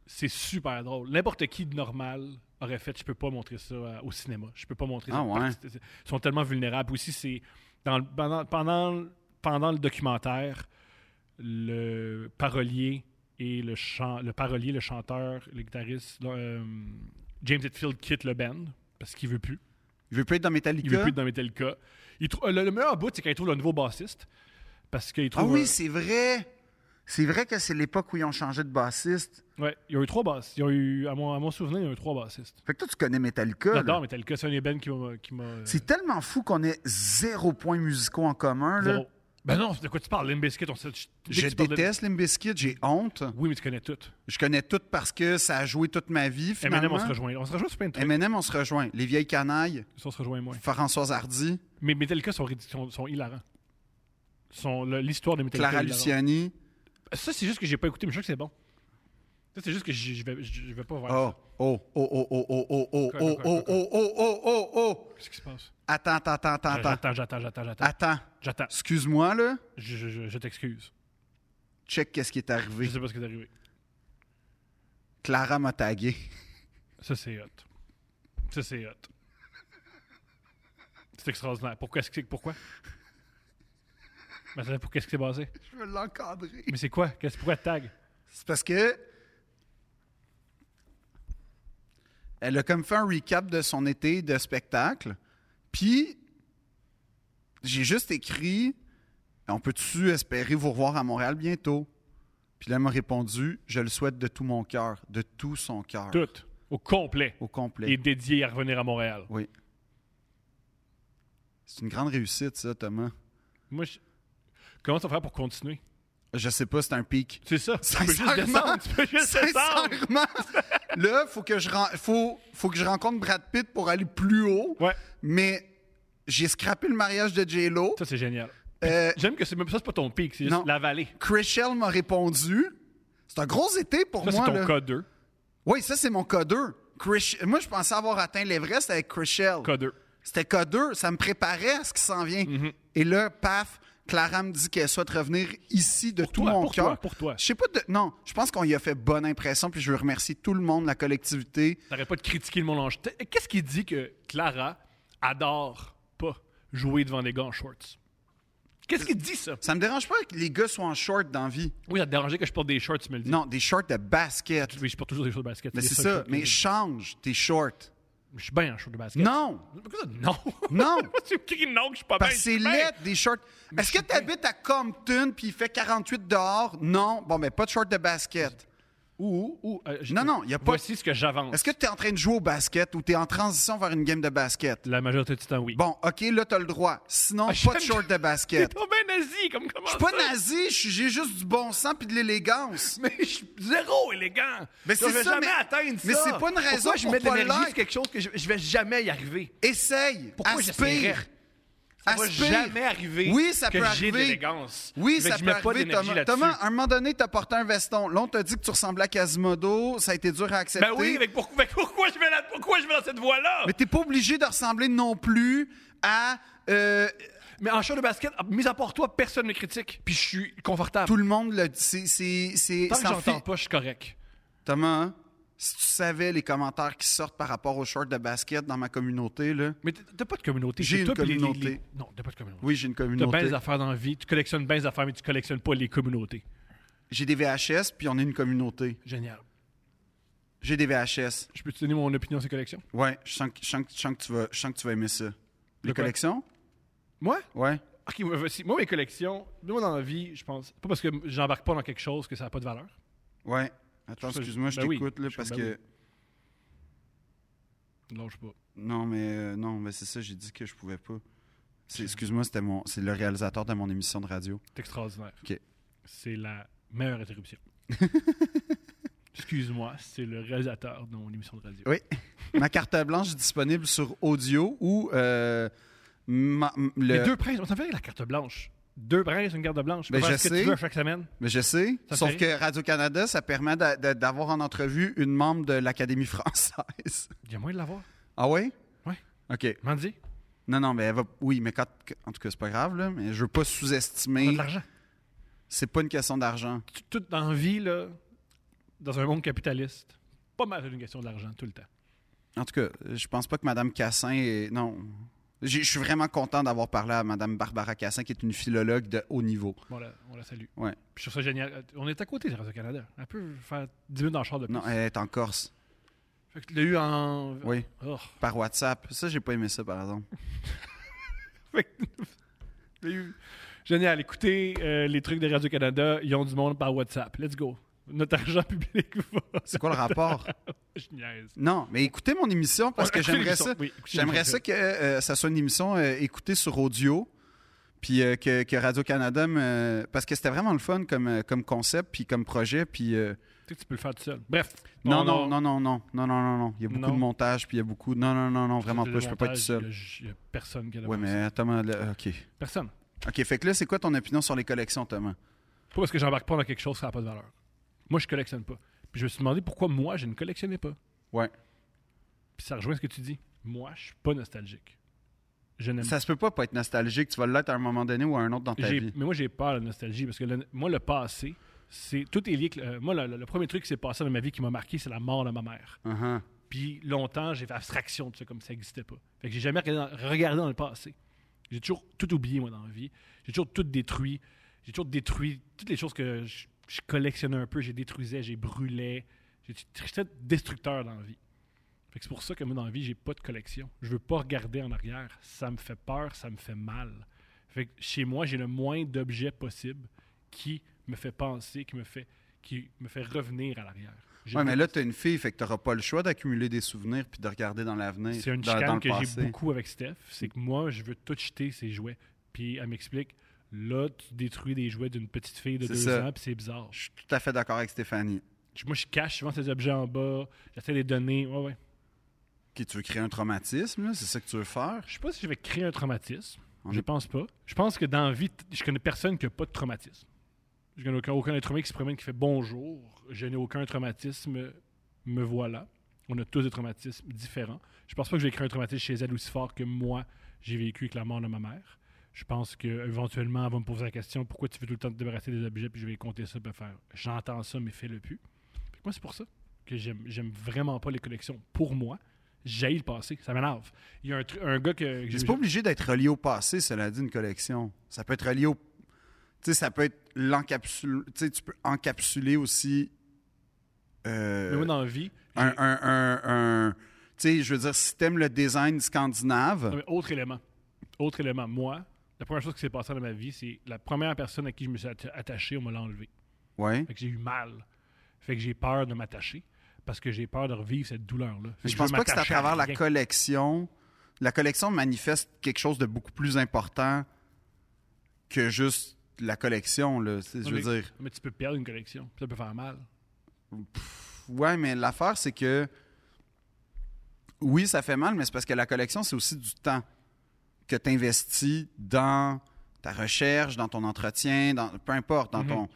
Speaker 2: C'est super drôle. N'importe qui de normal aurait fait je peux pas montrer ça euh, au cinéma. Je peux pas montrer ça.
Speaker 1: Ah ouais.
Speaker 2: Ils sont tellement vulnérables. Aussi, c'est. Dans le- pendant, pendant, pendant le documentaire, le parolier et le, chan- le parolier, le chanteur, le guitariste, euh, James Hetfield quitte le band parce qu'il veut plus.
Speaker 1: Il veut plus être dans Metallica?
Speaker 2: Il veut plus être dans Metallica. Il trou- euh, le, le meilleur bout, c'est quand il trouve le nouveau bassiste. Parce qu'il
Speaker 1: Ah
Speaker 2: trouve.
Speaker 1: oui,
Speaker 2: un-
Speaker 1: c'est vrai! C'est vrai que c'est l'époque où ils ont changé de bassiste.
Speaker 2: Ouais, il y a eu trois basses. Il y a eu, à mon, à mon souvenir, il y a eu trois bassistes.
Speaker 1: Fait que toi, tu connais Metallica. là.
Speaker 2: J'adore Metallica. C'est un des bands qui m'a. qui m'a, euh,
Speaker 1: C'est tellement fou qu'on ait zéro point musicaux en commun. là.
Speaker 2: zéro. Ben non, de quoi tu parles, Limp Bizkit, on sait. dès que
Speaker 1: Je
Speaker 2: tu parles de-
Speaker 1: déteste Limbiskit, j'ai honte.
Speaker 2: Oui, mais tu connais tout.
Speaker 1: Je connais tout parce que ça a joué toute ma vie. Finalement.
Speaker 2: Eminem, on se rejoint. On se rejoint sur plein de trucs.
Speaker 1: M&M, on se rejoint. Les vieilles canailles,
Speaker 2: Ça, On se rejoint moins.
Speaker 1: Françoise Hardy,
Speaker 2: Mais Metallica sont, ridi- sont, sont hilarants. Sont, le- l'histoire de Metallica.
Speaker 1: Clara
Speaker 2: est hilarante.
Speaker 1: Luciani.
Speaker 2: Ça, c'est juste que j'ai pas écouté, mais je sais que c'est bon. Ça, c'est juste que je je vais, je je vais pas voir.
Speaker 1: Oh, oh, oh, oh, oh, oh, oh, oh,
Speaker 2: Quoi,
Speaker 1: oh,
Speaker 2: quoi,
Speaker 1: oh,
Speaker 2: quoi,
Speaker 1: oh, oh, oh, oh, oh.
Speaker 2: Qu'est-ce qui se passe?
Speaker 1: Attends, attends, attends, attends, attends.
Speaker 2: J'attends, j'attends, j'attends, j'attends.
Speaker 1: Attends.
Speaker 2: J'attends.
Speaker 1: Excuse-moi, là.
Speaker 2: Je, je- je- je t'excuse.
Speaker 1: Check qu'est-ce qui est
Speaker 2: Je
Speaker 1: arrivé.
Speaker 2: sais pas ce qui est arrivé.
Speaker 1: Clara m'a tagué.
Speaker 2: Ça, c'est hot. Ça, c'est hot. C'est extraordinaire. Pourquoi est-ce que c'est. Pourquoi? Mais attends, pour qu'est-ce que c'est basé?
Speaker 1: Je veux l'encadrer.
Speaker 2: Mais c'est quoi? Qu'est-ce pourquoi elle tag?
Speaker 1: C'est parce que. Elle a comme fait un recap de son été de spectacle. Puis, j'ai juste écrit On peut-tu espérer vous revoir à Montréal bientôt Puis là, elle m'a répondu Je le souhaite de tout mon cœur, de tout son cœur.
Speaker 2: Tout. Au complet.
Speaker 1: Au complet.
Speaker 2: Et dédié à revenir à Montréal.
Speaker 1: Oui. C'est une grande réussite, ça, Thomas.
Speaker 2: Moi, je... comment tu vas faire pour continuer?
Speaker 1: Je sais pas, c'est un pic.
Speaker 2: C'est ça. Tu peux juste
Speaker 1: Sincèrement,
Speaker 2: descendre. Tu peux juste descendre.
Speaker 1: sincèrement, là, faut que je ren- faut, faut que je rencontre Brad Pitt pour aller plus haut.
Speaker 2: Ouais.
Speaker 1: Mais j'ai scrappé le mariage de J Lo.
Speaker 2: Ça, c'est génial.
Speaker 1: Euh,
Speaker 2: J'aime que c'est même ça, c'est pas ton pic, c'est juste
Speaker 1: Non.
Speaker 2: la vallée.
Speaker 1: Chrishell m'a répondu. C'est un gros été pour
Speaker 2: Ça, c'est
Speaker 1: moi.
Speaker 2: ton
Speaker 1: là.
Speaker 2: cas 2.
Speaker 1: Oui, ça c'est mon cas 2. Chris- Moi, je pensais avoir atteint l'Everest avec Chrishell.
Speaker 2: Cas 2.
Speaker 1: C'était cas 2, ça me préparait à ce qui s'en vient.
Speaker 2: Mhm.
Speaker 1: Et là, paf, Clara me dit qu'elle souhaite revenir ici de tout
Speaker 2: toi,
Speaker 1: mon
Speaker 2: pour
Speaker 1: cœur.
Speaker 2: toi, pour toi.
Speaker 1: Je sais pas de... Non, je pense qu'on y a fait bonne impression, puis je veux remercier tout le monde, la collectivité.
Speaker 2: T'arrêtes pas de critiquer le Mont-Ange. Qu'est-ce qui dit que Clara adore pas jouer devant des gars en shorts? Qu'est-ce qui dit ça?
Speaker 1: Ça me dérange pas que les gars soient en short dans la vie.
Speaker 2: Oui, ça te dérangeait que je porte des shorts, tu me le dis.
Speaker 1: Non, des shorts de basket.
Speaker 2: Oui, je porte toujours des shorts de basket.
Speaker 1: Mais
Speaker 2: Il y a
Speaker 1: c'est ça,
Speaker 2: que-
Speaker 1: mais change tes shorts.
Speaker 2: Je suis bien en shorts de basket.
Speaker 1: Non,
Speaker 2: Pourquoi ça? Non!
Speaker 1: Non.
Speaker 2: Pourquoi tu me cries non que je suis pas bien?
Speaker 1: parce que
Speaker 2: Je
Speaker 1: c'est
Speaker 2: suis bien.
Speaker 1: laid, des shorts. Est-ce que tu habites à Compton puis il fait 48 dehors? Non, bon, mais pas de shorts de basket.
Speaker 2: Ou, ou, euh, je-
Speaker 1: Non, non, il y a pas-
Speaker 2: Voici ce que j'avance.
Speaker 1: Est-ce que tu es en train de jouer au basket ou tu es en transition vers une game de basket?
Speaker 2: La majorité du temps, oui.
Speaker 1: Bon, OK, là, tu as le droit. Sinon,
Speaker 2: Ah,
Speaker 1: pas de
Speaker 2: j'aime-
Speaker 1: shorts de
Speaker 2: T'es
Speaker 1: basket.
Speaker 2: trop bien nazi, comme comment
Speaker 1: Je suis pas nazi, je suis- j'ai juste du bon sens puis de l'élégance.
Speaker 2: Mais je suis zéro élégant.
Speaker 1: Mais
Speaker 2: Je
Speaker 1: c'est
Speaker 2: vais
Speaker 1: ça,
Speaker 2: jamais
Speaker 1: mais-
Speaker 2: atteindre
Speaker 1: mais
Speaker 2: ça.
Speaker 1: c'est pas une raison
Speaker 2: Pourquoi je
Speaker 1: pour
Speaker 2: mets de
Speaker 1: pas
Speaker 2: l'énergie
Speaker 1: l'être?
Speaker 2: sur quelque chose que je, je vais jamais y arriver.
Speaker 1: Essaye,
Speaker 2: Pourquoi j'essaierais?
Speaker 1: aspire.
Speaker 2: Ça va
Speaker 1: Aspire.
Speaker 2: jamais arriver
Speaker 1: Oui, ça
Speaker 2: que
Speaker 1: peut
Speaker 2: j'ai de
Speaker 1: arriver.
Speaker 2: l'élégance.
Speaker 1: Oui,
Speaker 2: Mais
Speaker 1: ça
Speaker 2: je
Speaker 1: peut
Speaker 2: mets pas
Speaker 1: arriver,
Speaker 2: d'énergie
Speaker 1: Thomas.
Speaker 2: là-dessus.
Speaker 1: Thomas, à un moment donné, t'as porté un veston. Là, on t'a dit que tu ressemblais à Quasimodo. Ça a été dur à accepter.
Speaker 2: Ben oui, mais pourquoi, mais pourquoi, je, vais là- pourquoi je vais dans cette voie-là?
Speaker 1: Mais t'es pas obligé de ressembler non plus à... euh,
Speaker 2: Mais en show de basket, mis à part toi, personne ne critique. Puis je suis confortable.
Speaker 1: tout le monde le... C'est... c'est- c'est-
Speaker 2: Tant que
Speaker 1: ça en
Speaker 2: j'entends
Speaker 1: fait-
Speaker 2: pas, je suis correct.
Speaker 1: Thomas, hein, Si tu savais les commentaires qui sortent par rapport aux shorts de basket dans ma communauté, là.
Speaker 2: Mais t'as t'as pas de communauté.
Speaker 1: J'ai
Speaker 2: c'est
Speaker 1: une
Speaker 2: toi puis les- les-
Speaker 1: communauté.
Speaker 2: les- Non, t'as pas de communauté.
Speaker 1: Oui, j'ai une
Speaker 2: T'as
Speaker 1: communauté.
Speaker 2: bien des affaires dans la vie. Tu collectionnes bien des affaires, mais tu collectionnes pas les communautés.
Speaker 1: J'ai des VHS, puis on est une communauté.
Speaker 2: Génial.
Speaker 1: J'ai des VHS.
Speaker 2: Je peux te donner mon opinion sur ces collections?
Speaker 1: Ouais, je sens, que- je sens que- je sens que, tu vas, je sens que tu vas aimer ça. Les
Speaker 2: De quoi?
Speaker 1: collections?
Speaker 2: Moi?
Speaker 1: Ouais.
Speaker 2: Ok, moi, voici- moi, mes collections, moi, dans la vie, je pense, pas parce que j'embarque pas dans quelque chose que ça n'a pas de valeur.
Speaker 1: Ouais. Attends,
Speaker 2: Je-
Speaker 1: excuse-moi, je
Speaker 2: ben oui,
Speaker 1: t'écoute, là,
Speaker 2: je-
Speaker 1: parce
Speaker 2: ben
Speaker 1: que...
Speaker 2: oui. Non, je sais pas.
Speaker 1: Non, mais euh, non, mais c'est ça, j'ai dit que je pouvais pas. C'est- Excuse-moi, c'était mon, c'est le réalisateur de mon émission de radio.
Speaker 2: C'est extraordinaire.
Speaker 1: Ok.
Speaker 2: C'est la meilleure interruption. Excuse-moi, c'est le réalisateur de mon émission de radio.
Speaker 1: Oui. ma carte blanche est disponible sur audio ou euh, ma- m- le-
Speaker 2: Les deux princes, on s'en fait avec la carte blanche. Deux princes, une carte blanche. Tu peux
Speaker 1: Ben,
Speaker 2: faire
Speaker 1: je
Speaker 2: ce que
Speaker 1: sais.
Speaker 2: tu veux à chaque semaine.
Speaker 1: Mais je sais,
Speaker 2: Ça
Speaker 1: sauf
Speaker 2: fait
Speaker 1: que Radio-Canada, ça permet d'a- d'a- d'avoir en entrevue une membre de l'Académie française.
Speaker 2: Il y a moyen de l'avoir.
Speaker 1: Ah oui?
Speaker 2: Ouais.
Speaker 1: OK.
Speaker 2: Mandy,
Speaker 1: Non, non, mais elle va... Oui, mais quand... En tout cas, c'est pas grave, là, mais je veux pas
Speaker 2: on a
Speaker 1: sous-estimer.
Speaker 2: de l'argent.
Speaker 1: C'est pas une question d'argent.
Speaker 2: Tout- Ben, Tout dans la vie, là, dans un monde capitaliste, pas mal une question de l'argent tout le temps.
Speaker 1: En tout cas, je pense pas que Mme Cassin est... Non. J'ai- Je suis vraiment content d'avoir parlé à Mme Barbara Cassin, qui est une philologue de haut niveau.
Speaker 2: Bon, on la, on la salue.
Speaker 1: Ouais.
Speaker 2: Puis je trouve ça génial. On est à côté de Radio-Canada. Elle peut faire 10 minutes dans le char de plus.
Speaker 1: Non, elle est en Corse.
Speaker 2: Fait que tu l'as eu en...
Speaker 1: Oui,
Speaker 2: Oh.
Speaker 1: par WhatsApp. Ça, j'ai pas aimé ça, par exemple.
Speaker 2: Fait que tu l'as eu- Génial. Écoutez euh, les trucs de Radio-Canada. Ils ont du monde par WhatsApp. Let's go. Notre argent public va.
Speaker 1: C'est quoi le rapport?
Speaker 2: Je niaise.
Speaker 1: Non, mais écoutez mon émission parce
Speaker 2: Ouais,
Speaker 1: que
Speaker 2: écoutez
Speaker 1: j'aimerais
Speaker 2: l'émission.
Speaker 1: ça.
Speaker 2: Oui, écoutez
Speaker 1: J'aimerais
Speaker 2: l'émission.
Speaker 1: ça que euh, ça soit une émission euh, écoutée sur audio, puis euh, que, que Radio-Canada me. Parce que c'était vraiment le fun comme, euh, comme concept, puis comme projet, puis. euh,
Speaker 2: Tu sais que tu peux le faire tout seul. Bref.
Speaker 1: Non,
Speaker 2: On-
Speaker 1: non, non, non, non, non, non, non, non. Il y a beaucoup
Speaker 2: Non.
Speaker 1: de montage, puis il y a beaucoup. Non, non, non, non, vraiment
Speaker 2: Le
Speaker 1: pas. Je peux pas être
Speaker 2: montage,
Speaker 1: tout seul.
Speaker 2: Il y a euh, personne qui a
Speaker 1: Ouais,
Speaker 2: demandé
Speaker 1: mais
Speaker 2: ça.
Speaker 1: attends, mais là, OK.
Speaker 2: Personne.
Speaker 1: OK, fait que là, c'est quoi ton opinion sur les collections, Thomas?
Speaker 2: Pas parce que j'embarque pas dans quelque chose qui n'a pas de valeur. Moi, je collectionne pas. Puis je me suis demandé pourquoi moi, je ne collectionnais pas.
Speaker 1: Ouais.
Speaker 2: Puis ça rejoint ce que tu dis. Moi, je suis pas nostalgique. Je n'aime
Speaker 1: Ça se peut pas pas être nostalgique. Tu vas l'être à un moment donné ou à un autre dans ta
Speaker 2: J'ai-
Speaker 1: vie.
Speaker 2: Mais moi, j'ai peur de la nostalgie parce que le- moi, le passé, c'est tout est lié. que- euh, moi, le, le- le premier truc qui s'est passé dans ma vie qui m'a marqué, c'est la mort de ma mère.
Speaker 1: Uh-huh.
Speaker 2: Puis longtemps, j'ai fait abstraction de ça comme ça n'existait pas. Fait que j'ai jamais regardé dans, regardé dans le passé. J'ai toujours tout oublié, moi, dans la vie. J'ai toujours tout détruit. J'ai toujours détruit toutes les choses que je, je collectionnais un peu. J'ai détruisais, j'ai brûlais. J'ai- J'étais destructeur dans la vie. Fait que c'est pour ça que moi, dans la vie, j'ai pas de collection. Je veux pas regarder en arrière. Ça me fait peur, ça me fait mal. Fait que chez moi, j'ai le moins d'objets possible qui me fait penser, qui me fait, qui me fait revenir à l'arrière. J'ai
Speaker 1: Ouais, mais là, t'as une fille, fait que t'auras pas le choix d'accumuler des souvenirs puis de regarder dans l'avenir.
Speaker 2: C'est une
Speaker 1: dans, dans
Speaker 2: chicane
Speaker 1: le
Speaker 2: que
Speaker 1: passé.
Speaker 2: j'ai beaucoup avec Steph. C'est que moi, je veux tout jeter ses jouets. Puis elle m'explique, là, tu détruis des jouets d'une petite fille de
Speaker 1: C'est
Speaker 2: deux
Speaker 1: ça.
Speaker 2: ans, puis c'est bizarre.
Speaker 1: Je suis tout à fait d'accord avec Stéphanie.
Speaker 2: Je- moi, je cache souvent ces objets en bas. J'essaie de les donner. Ouais, ouais.
Speaker 1: Qui tu veux créer un traumatisme, là? c'est ça que tu veux faire?
Speaker 2: Je sais pas si je vais créer un traumatisme.
Speaker 1: On
Speaker 2: je
Speaker 1: est-
Speaker 2: pense pas. Je pense que dans la vie, t- je connais personne qui a pas de traumatisme. Je connais aucun, aucun être humain qui se promène qui fait bonjour. Je n'ai aucun traumatisme. Me voilà. On a tous des traumatismes différents. Je pense pas que j'ai créé un traumatisme chez elle aussi fort que moi, j'ai vécu avec la mort de ma mère. Je pense que éventuellement, elle va me poser la question pourquoi tu veux tout le temps te débarrasser des objets, puis je vais compter ça, puis faire j'entends ça, mais fais-le plus. Fait que moi, c'est pour ça que j'aime j'aime vraiment pas les collections. Pour moi, j'ai le passé. Ça m'énerve. Il y a un, tru- un gars que. que
Speaker 1: C'est
Speaker 2: j'ai-
Speaker 1: pas obligé d'être relié au passé, cela dit, une collection. Ça peut être relié au. Tu sais, ça peut être l'encapsule. Tu sais, tu peux encapsuler aussi. euh,
Speaker 2: Mais moi, dans la vie, j'ai-
Speaker 1: un. un- un- un- Tu sais, je veux dire, si t'aimes le design
Speaker 2: Non,
Speaker 1: scandinave,
Speaker 2: mais autre élément. Autre élément. Moi, la première chose qui s'est passée dans ma vie, c'est la première personne à qui je me suis atta- attaché, on me l'a enlevé.
Speaker 1: ouais.
Speaker 2: Fait que j'ai eu mal. Fait que j'ai peur de m'attacher parce que j'ai peur de revivre cette douleur-là. Fait
Speaker 1: Mais je
Speaker 2: que
Speaker 1: pense
Speaker 2: veux
Speaker 1: pas que c'est à
Speaker 2: m'attacher
Speaker 1: travers la
Speaker 2: rien.
Speaker 1: collection. La collection manifeste quelque chose de beaucoup plus important que juste la collection, là. Tu sais,
Speaker 2: Non,
Speaker 1: Je veux
Speaker 2: mais-
Speaker 1: dire.
Speaker 2: Mais tu peux perdre une collection. Ça peut faire mal.
Speaker 1: Ouais, mais l'affaire, c'est que. Oui, ça fait mal, mais c'est parce que la collection, c'est aussi du temps que tu investis dans ta recherche, dans ton entretien, dans, peu importe, dans
Speaker 2: Mhm.
Speaker 1: ton.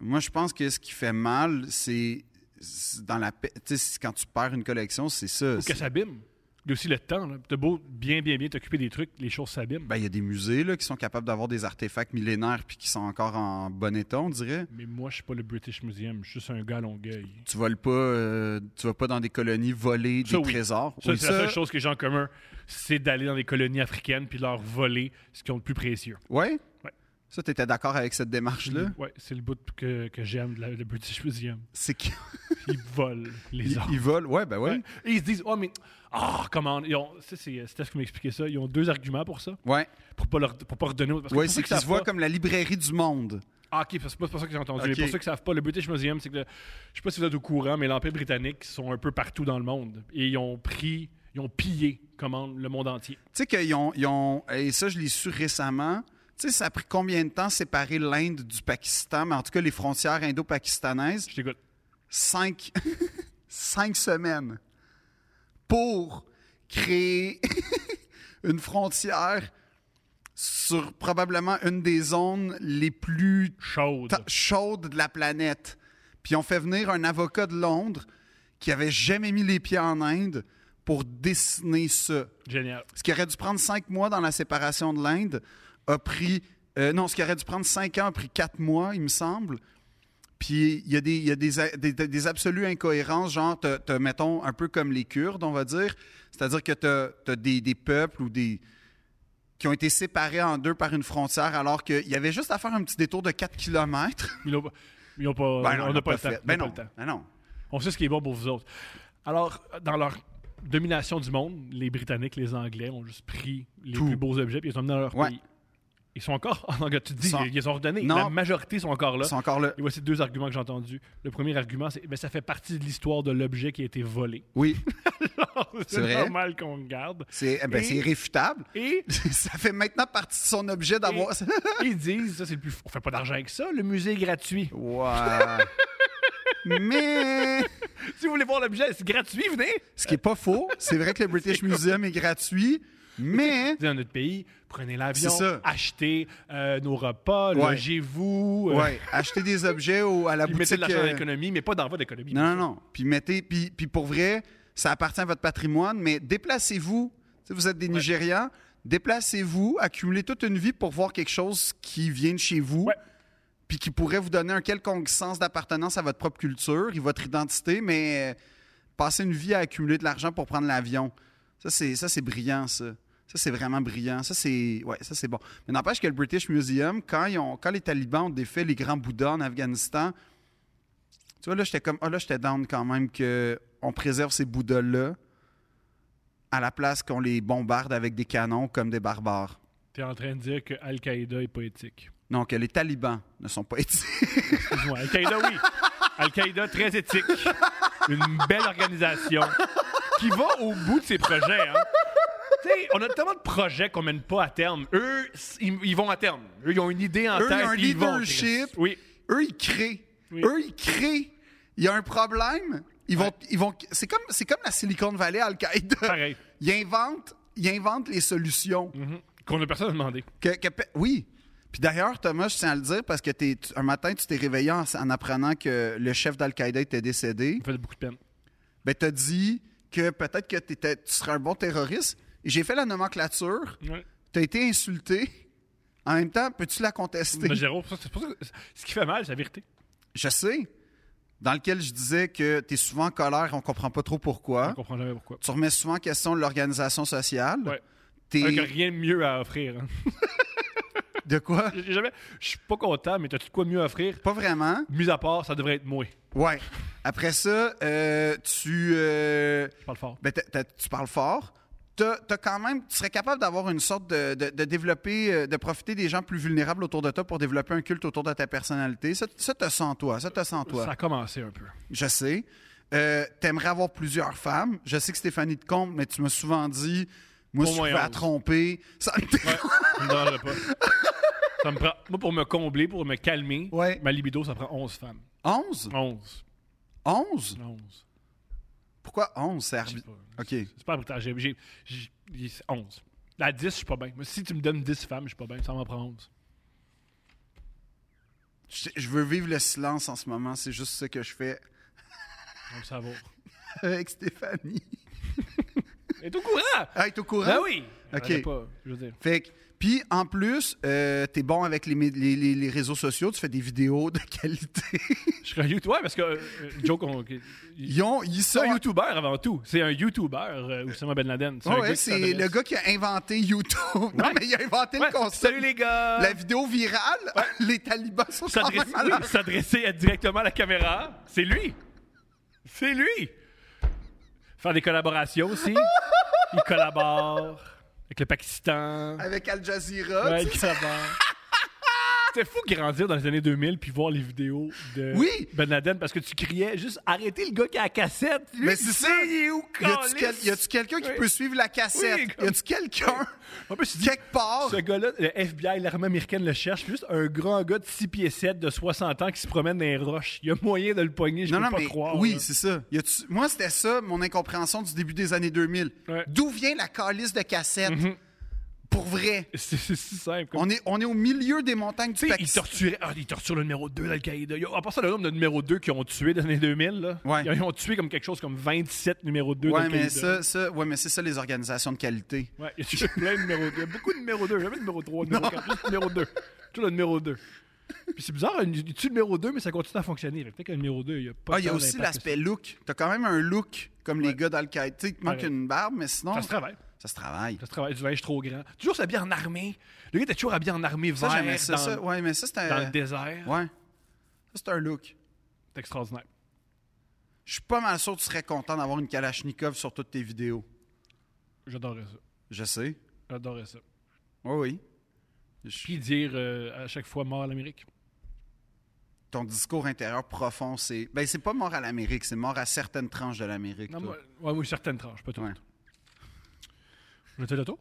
Speaker 1: Moi, je pense que ce qui fait mal, c'est c'est dans la. pe- Tu sais, c'est quand tu perds une collection, c'est ça.
Speaker 2: Ou
Speaker 1: c'est-
Speaker 2: que s'abîme. Il y a aussi le temps. là. T'as beau bien, bien, bien t'occuper des trucs, les choses s'abîment.
Speaker 1: Ben, il y a des musées là, qui sont capables d'avoir des artefacts millénaires puis qui sont encore en bon état, on dirait.
Speaker 2: Mais moi, je suis pas le British Museum, je suis juste un gars à Longueuil.
Speaker 1: Tu voles pas, euh, tu vas pas dans des colonies voler des
Speaker 2: Ça, oui.
Speaker 1: trésors.
Speaker 2: Ça,
Speaker 1: Oui,
Speaker 2: c'est la seule chose que j'ai en commun, c'est d'aller dans des colonies africaines puis leur voler ce qu'ils ont de plus précieux.
Speaker 1: Ouais?
Speaker 2: Ouais.
Speaker 1: Ça, tu étais d'accord avec cette démarche-là?
Speaker 2: Ouais, c'est le bout que, que j'aime de la- le British Museum.
Speaker 1: C'est qu'ils
Speaker 2: Ils volent les
Speaker 1: ils
Speaker 2: ors.
Speaker 1: ils volent. Ouais, ben ouais.
Speaker 2: Ouais. Et ils se disent, oh, mais, ah, comment, ils ont, ça, c'est euh, Steph qui m'expliquait ça, ils ont deux arguments pour ça,
Speaker 1: Ouais,
Speaker 2: pour pas leur, pour pas redonner aux- parce que
Speaker 1: ouais
Speaker 2: pour
Speaker 1: c'est
Speaker 2: ceux qui
Speaker 1: qu'ils se
Speaker 2: savent
Speaker 1: voient
Speaker 2: pas-
Speaker 1: comme la librairie du monde.
Speaker 2: Ah, ok, c'est pas c'est pas ça que j'ai entendu.
Speaker 1: Ok.
Speaker 2: Mais pour ceux qui savent pas, le British Museum, c'est que le- je sais pas si vous êtes au courant, mais l'Empire britannique sont un peu partout dans le monde. Et ils ont pris, ils ont pillé, comment, le monde entier.
Speaker 1: Tu sais qu'ils ont, ils ont- Et ça, je l'ai su récemment. Tu sais, ça a pris combien de temps séparer l'Inde du Pakistan, mais en tout cas, les frontières indo-pakistanaises?
Speaker 2: Je t'écoute.
Speaker 1: Cinq, cinq semaines pour créer une frontière sur probablement une des zones les plus
Speaker 2: Chaude.
Speaker 1: ta- chaude de la planète. Puis on fait venir un avocat de Londres qui avait jamais mis les pieds en Inde pour dessiner ça.
Speaker 2: Génial.
Speaker 1: Ce qui aurait dû prendre cinq mois dans la séparation de l'Inde a pris. euh, non, ce qui aurait dû prendre cinq ans a pris quatre mois, il me semble. Puis il y a des, il y a des, a- des- des- des absolues incohérences, genre, te, te, mettons, un peu comme les Kurdes, on va dire. C'est-à-dire que tu as des, des peuples ou des qui ont été séparés en deux par une frontière alors qu'il y avait juste à faire un petit détour de 4 kilomètres.
Speaker 2: Ils n'ont pas. ils ont pas-
Speaker 1: Ben non, ils
Speaker 2: on n'a
Speaker 1: l'ont
Speaker 2: pas, le temps.
Speaker 1: fait.
Speaker 2: On
Speaker 1: Ben
Speaker 2: n'a
Speaker 1: non,
Speaker 2: pas le temps.
Speaker 1: ben non.
Speaker 2: On sait ce qui est bon pour vous autres. Alors, dans leur domination du monde, les Britanniques, les Anglais ont juste pris les
Speaker 1: Tout.
Speaker 2: plus beaux objets puis ils les ont emmenés dans leur
Speaker 1: Ouais.
Speaker 2: pays. Ils sont encore. en Anglais, tu te dis,
Speaker 1: Sont-
Speaker 2: ils les ont redonnés.
Speaker 1: Non.
Speaker 2: La majorité sont encore là.
Speaker 1: Ils sont encore là.
Speaker 2: Et voici deux arguments que j'ai entendus. Le premier argument, c'est ben, ça fait partie de l'histoire de l'objet qui a été volé.
Speaker 1: Oui, C'est
Speaker 2: c'est
Speaker 1: vrai.
Speaker 2: normal qu'on le garde.
Speaker 1: c'est eh ben,
Speaker 2: Et-
Speaker 1: c'est irréfutable.
Speaker 2: Et
Speaker 1: Ça fait maintenant partie de son objet d'avoir...
Speaker 2: ils disent, ça c'est le plus. On fait pas d'argent avec ça. Le musée est gratuit.
Speaker 1: Oh. Ouais. Mais
Speaker 2: Si vous voulez voir l'objet, c'est gratuit, venez.
Speaker 1: ce qui est pas faux, c'est vrai que le British Museum est gratuit, mais
Speaker 2: dans notre pays, prenez l'avion,
Speaker 1: C'est ça.
Speaker 2: achetez euh, nos repas,
Speaker 1: Ouais.
Speaker 2: logez-vous, euh,
Speaker 1: ouais, acheter des objets au- à la
Speaker 2: puis
Speaker 1: boutique.
Speaker 2: mettez de l'argent dans
Speaker 1: euh,
Speaker 2: l'économie, mais pas dans votre économie.
Speaker 1: non, non, non. Puis mettez, puis, puis pour vrai, ça appartient à votre patrimoine, mais déplacez-vous. Tu sais, vous êtes des Nigérians, déplacez-vous, accumulez toute une vie pour voir quelque chose qui vient de chez vous.
Speaker 2: Ouais.
Speaker 1: Puis qui pourrait vous donner un quelconque sens d'appartenance à votre propre culture et votre identité, mais euh, passer une vie à accumuler de l'argent pour prendre l'avion. Ça, c'est, ça, c'est brillant, ça. Ça, c'est vraiment brillant. Ça, c'est, ouais, ça, c'est bon. Mais n'empêche que le British Museum, quand, ils ont, quand les talibans ont défait les grands bouddhas en Afghanistan, tu vois, là, j'étais comme, ah, là, j'étais down quand même que on préserve ces bouddhas-là à la place qu'on les bombarde avec des canons comme des barbares.
Speaker 2: T'es en train de dire que Al-Qaïda est pas éthique.
Speaker 1: Non, que les talibans ne sont pas éthiques.
Speaker 2: Excuse-moi, Al-Qaïda, oui. Al-Qaïda, très éthique. Une belle organisation qui va au bout de ses projets. Hein. Tu sais, on a tellement de projets qu'on mène pas à terme. Eux, s- ils, ils vont à terme. Eux, ils ont une idée en
Speaker 1: Eux, ils
Speaker 2: tête.
Speaker 1: ont un
Speaker 2: puis ils vont,
Speaker 1: leadership.
Speaker 2: Chris. oui.
Speaker 1: Eux, ils créent.
Speaker 2: Oui.
Speaker 1: Eux, ils créent. Il y a un problème. Ils vont, ils vont, c'est comme, c'est comme la Silicon Valley Al-Qaïda.
Speaker 2: Pareil.
Speaker 1: Ils inventent, ils inventent les solutions.
Speaker 2: Mhm. Qu'on a personne à demander.
Speaker 1: Que- que pe- oui. Puis d'ailleurs, Thomas, je tiens à le dire parce que t'es- tu- un matin, tu t'es réveillé en, en apprenant que le chef d'Al-Qaïda était décédé.
Speaker 2: Ça me fait beaucoup de peine.
Speaker 1: Ben, t'as dit que peut-être que t'étais- tu serais un bon terroriste. Et J'ai fait la nomenclature.
Speaker 2: Ouais.
Speaker 1: T'as été insulté. En même temps, peux-tu la contester?
Speaker 2: Mais Jérôme, ça, c'est pour ça que- ce qui fait mal, c'est la vérité.
Speaker 1: Je sais. Dans lequel je disais que tu es souvent en colère, on comprend pas trop
Speaker 2: Je
Speaker 1: pourquoi.
Speaker 2: comprends jamais pourquoi.
Speaker 1: Tu remets souvent en question l'organisation sociale.
Speaker 2: Ouais.
Speaker 1: T'es-
Speaker 2: Avec rien de mieux à offrir. hein.
Speaker 1: De quoi?
Speaker 2: J'ai jamais... Je suis pas content, mais t'as-tu de quoi mieux à offrir?
Speaker 1: Pas vraiment.
Speaker 2: Mis à part, ça devrait être moi.
Speaker 1: Ouais. Après ça, euh, tu, euh,
Speaker 2: Je parle fort.
Speaker 1: ben, t'as- t'as- tu parles fort. T'as- t'as quand même, tu serais capable d'avoir une sorte de, de- de développer, euh, de profiter des gens plus vulnérables autour de toi pour développer un culte autour de ta personnalité. Ça, ça te sent toi, ça te sent toi.
Speaker 2: Ça a commencé un peu.
Speaker 1: Je sais. Euh, T'aimerais avoir plusieurs femmes. Je sais que Stéphanie te compte, mais tu m'as souvent dit, moi,
Speaker 2: Au
Speaker 1: si je
Speaker 2: moins
Speaker 1: pouvais la
Speaker 2: onze.
Speaker 1: tromper. Ça...
Speaker 2: Ouais, ça me dérangerait pas. Ça me prend... Moi, pour me combler, pour me calmer,
Speaker 1: Ouais.
Speaker 2: ma libido, ça prend 11 femmes.
Speaker 1: 11?
Speaker 2: 11.
Speaker 1: 11?
Speaker 2: 11.
Speaker 1: Pourquoi 11? C'est
Speaker 2: Je sais
Speaker 1: arbi-
Speaker 2: pas.
Speaker 1: OK.
Speaker 2: C'est pas important. J'ai... j'ai- j'ai- j'ai- c'est 11. À 10, je suis pas bien. Mais si tu me donnes 10 femmes, je suis pas bien. Ça m'en prend 11.
Speaker 1: Je, je veux vivre le silence en ce moment. C'est juste ce que je fais
Speaker 2: On le savoure.
Speaker 1: avec Stéphanie.
Speaker 2: Elle est au courant!
Speaker 1: Ah, t'es au courant?
Speaker 2: Ben oui!
Speaker 1: Ok.
Speaker 2: Elle est pas- je veux dire.
Speaker 1: Fait que, puis en plus, euh, t'es bon avec les, mé- les- les- les réseaux sociaux, tu fais des vidéos de qualité.
Speaker 2: Je serais YouTube, ouais, parce que euh, euh, Joe, qu'on- qu'il-
Speaker 1: Ils ont, ils sont.
Speaker 2: c'est un YouTuber avant tout. C'est un YouTuber, euh, Oussama Ben Laden.
Speaker 1: Ouais,
Speaker 2: un gars qui
Speaker 1: c'est
Speaker 2: s'adresse-
Speaker 1: le gars qui a inventé YouTube. Non,
Speaker 2: Ouais.
Speaker 1: mais il a inventé
Speaker 2: Ouais,
Speaker 1: le concept.
Speaker 2: Salut les gars!
Speaker 1: La vidéo virale, les talibans sont quand
Speaker 2: S'adresse-
Speaker 1: même
Speaker 2: Ah, oui,
Speaker 1: malades.
Speaker 2: S'adresser à- directement à la caméra, c'est lui. C'est lui. Faire des collaborations aussi. Il collabore avec le Pakistan.
Speaker 1: avec Al Jazeera.
Speaker 2: Ouais,
Speaker 1: tu
Speaker 2: il collabore. C'était fou de grandir dans les années 2000 puis voir les vidéos de
Speaker 1: Oui.
Speaker 2: Ben Laden parce que tu criais juste arrêtez le gars qui a la cassette. Lui,
Speaker 1: Mais
Speaker 2: il
Speaker 1: c'est ça.
Speaker 2: sait, il est où,
Speaker 1: Y a-tu quel-
Speaker 2: câlisse?
Speaker 1: y a-tu quelqu'un qui
Speaker 2: Oui.
Speaker 1: peut suivre la cassette?
Speaker 2: Oui,
Speaker 1: y a-tu quelqu'un,
Speaker 2: En plus, tu dis,
Speaker 1: quelque part?
Speaker 2: ce gars-là, le FBI, l'armée américaine le cherche. puis Juste un grand gars de 6 pieds 7 de 60 ans qui se promène dans les roches. Il y a moyen de le pogner, je
Speaker 1: Non,
Speaker 2: peux
Speaker 1: non,
Speaker 2: pas
Speaker 1: mais
Speaker 2: croire.
Speaker 1: oui,
Speaker 2: là.
Speaker 1: c'est ça. Y a-tu- Moi, c'était ça, mon incompréhension du début des années 2000.
Speaker 2: Ouais.
Speaker 1: D'où vient la calice de cassette? Pour vrai.
Speaker 2: C'est c'est si simple. comme-
Speaker 1: On est, on est au milieu des montagnes du
Speaker 2: Tu sais, ils
Speaker 1: Pakistan.
Speaker 2: torturaient. Ah, ils torturent le numéro 2 d'Al-Qaïda. Il y a- En passant, le nombre de numéro 2 qui ont tué dans les années 2000, là.
Speaker 1: Ouais.
Speaker 2: Ils ont tué comme quelque chose comme 27 numéro 2
Speaker 1: Ouais,
Speaker 2: d'Al-Qaïda.
Speaker 1: mais ça, ça, ouais, mais c'est ça les organisations de qualité.
Speaker 2: Ouais, il y a toujours plein de numéro 2. Il y a beaucoup de numéro 2. Jamais de numéro 3. Numéro 4, juste numéro 2. Toujours le numéro 2. Puis c'est bizarre, il tue le numéro 2, mais ça continue à fonctionner. Fait que Peut-être que le numéro 2, il y a pas
Speaker 1: Ah, il y a
Speaker 2: tant
Speaker 1: aussi
Speaker 2: d'impact que ça.
Speaker 1: l'aspect look. T'as quand même un look comme les gars d'Al-Qaïda. Tu sais, il te manque
Speaker 2: Ouais.
Speaker 1: une barbe, mais sinon,
Speaker 2: Ça se travaille.
Speaker 1: ça se travaille.
Speaker 2: Ça se travaille. Du linge trop grand. Toujours s'habiller en armée. Le gars était toujours habillé en armée
Speaker 1: Ça,
Speaker 2: vert
Speaker 1: j'aimais ça.
Speaker 2: dans,
Speaker 1: ça. Ouais, mais ça, c'est un...
Speaker 2: dans le désert.
Speaker 1: Ouais. Ça, c'est un look.
Speaker 2: C'est extraordinaire.
Speaker 1: Je suis pas mal sûr que tu serais content d'avoir une Kalachnikov sur toutes tes vidéos.
Speaker 2: J'adorais ça.
Speaker 1: Je sais.
Speaker 2: J'adorais ça.
Speaker 1: Oui, oui. Je-
Speaker 2: Puis dire euh, à chaque fois mort à l'Amérique.
Speaker 1: Ton discours intérieur profond, c'est. Ben, c'est pas mort à l'Amérique, c'est mort à certaines tranches de l'Amérique.
Speaker 2: Non,
Speaker 1: toi.
Speaker 2: moi, ouais, oui, certaines tranches, pas toutes.
Speaker 1: Ouais.
Speaker 2: Je te le tour?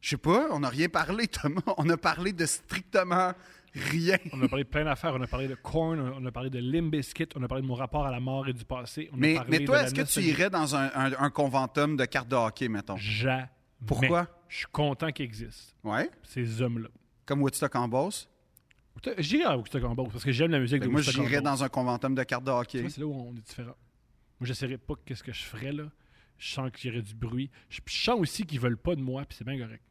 Speaker 1: Je sais pas, on n'a rien parlé, Thomas. On a parlé de strictement rien.
Speaker 2: On a parlé de plein d'affaires. On a parlé de corn, on a parlé de Limbiskit, on a parlé de mon rapport à la mort et du passé. On a
Speaker 1: Mais,
Speaker 2: parlé
Speaker 1: mais toi,
Speaker 2: de la
Speaker 1: est-ce que tu
Speaker 2: nostalgie.
Speaker 1: irais dans un, un- un conventum de cartes de hockey, mettons?
Speaker 2: Jamais.
Speaker 1: Pourquoi?
Speaker 2: Je suis content qu'ils existent,
Speaker 1: Ouais?
Speaker 2: ces hommes-là.
Speaker 1: Comme Woodstock en Beauce?
Speaker 2: J'irai à Woodstock en Beauce parce que j'aime la musique
Speaker 1: Fait
Speaker 2: de
Speaker 1: que Ben, Moi,
Speaker 2: Woodstock en
Speaker 1: j'irais
Speaker 2: Beauce.
Speaker 1: dans un conventum de cartes de
Speaker 2: Tu
Speaker 1: hockey.
Speaker 2: vois, C'est là où on est différent. Moi, je ne pas qu'est-ce que je ferais là. Je sens qu'il y aurait du bruit. Je je sens aussi qu'ils veulent pas de moi, puis c'est bien correct.